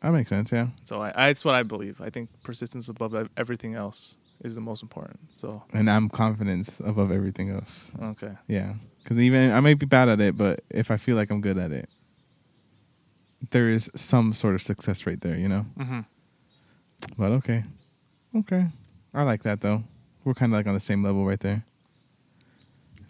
Speaker 2: That makes sense. Yeah.
Speaker 1: So I, I, it's what I believe. I think persistence above ev- everything else is the most important. So
Speaker 2: And I'm confidence above everything else.
Speaker 1: okay,
Speaker 2: Yeah. Because even I might be bad at it, but if I feel like I'm good at it, there is some sort of success right there, you know?
Speaker 1: mm-hmm.
Speaker 2: But okay. Okay. I like that though. We're kind of like on the same level right there.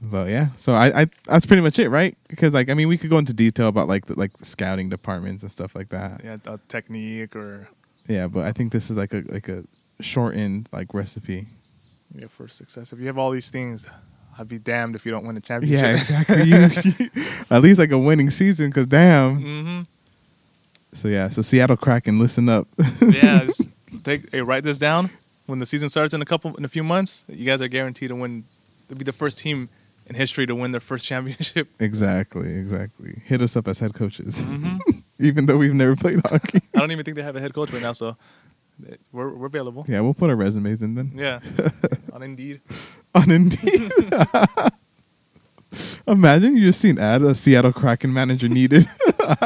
Speaker 2: But yeah, so I, I that's pretty much it, right? Because like I mean, we could go into detail about like the, like scouting departments and stuff like that.
Speaker 1: yeah, a technique or
Speaker 2: Yeah, but I think this is like a like a shortened like recipe.
Speaker 1: yeah, for success. If you have all these things, I'd be damned if you don't win a championship.
Speaker 2: Yeah, exactly. You- at least like a winning season, cause damn.
Speaker 1: hmm
Speaker 2: So yeah, so Seattle crack and listen up.
Speaker 1: Yeah, just take hey, write this down. When the season starts in a couple in a few months, you guys are guaranteed to win. To be the first team in history to win their first championship.
Speaker 2: exactly, exactly. Hit us up as head coaches, even though we've never played hockey.
Speaker 1: I don't even think they have a head coach right now, so eh, we're we're available.
Speaker 2: yeah, we'll put our resumes in then
Speaker 1: Yeah, on Indeed.
Speaker 2: on Indeed. Imagine you just see an ad: a Seattle Kraken manager needed.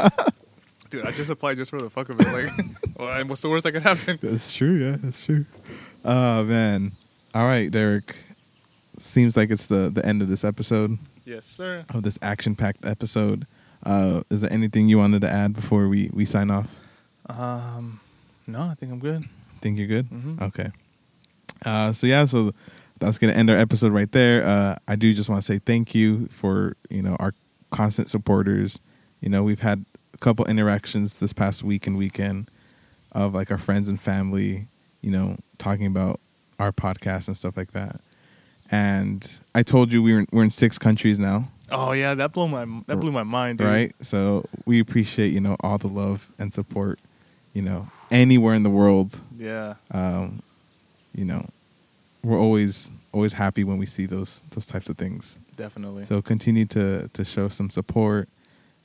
Speaker 1: Dude, I just applied just for the fuck of it. Like, well, what's the worst that could happen?
Speaker 2: that's true. Yeah, that's true. Oh man. All right, Derek. Seems like it's the the end of this episode.
Speaker 1: Yes, sir.
Speaker 2: of this action packed episode. Uh, is there anything you wanted to add before we, we sign off?
Speaker 1: Um, no, I think I'm good.
Speaker 2: Think you're good?
Speaker 1: Mhm.
Speaker 2: Okay. Uh, so yeah, so that's gonna end our episode right there. Uh, I do just want to say thank you for you know our constant supporters. You know we've had a couple interactions this past week and weekend of like our friends and family. You know talking about our podcast and stuff like that. And I told you we were in, we're in six countries now.
Speaker 1: Oh yeah, that blew my that blew my mind, dude.
Speaker 2: right so we appreciate you know all the love and support you know anywhere in the world
Speaker 1: Yeah.
Speaker 2: um you know we're always always happy when we see those those types of things
Speaker 1: Definitely.
Speaker 2: so continue to to show some support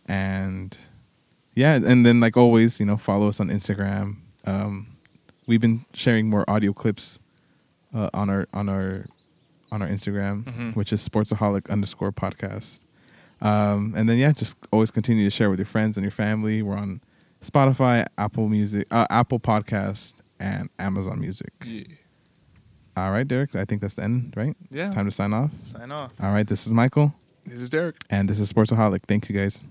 Speaker 2: and yeah and then like always you know follow us on instagram um we've been sharing more audio clips uh, on our on our on our instagram
Speaker 1: Mhm.
Speaker 2: which is sportsaholic underscore podcast um and then yeah just always continue to share with your friends and your family we're on spotify apple music uh, apple podcast and amazon music
Speaker 1: yeah.
Speaker 2: all right derek i think that's the end right
Speaker 1: Yeah.
Speaker 2: it's time to sign off
Speaker 1: Sign off.
Speaker 2: all right this is michael
Speaker 1: This is Derek.
Speaker 2: and this is Sportsaholic. Thanks, you guys.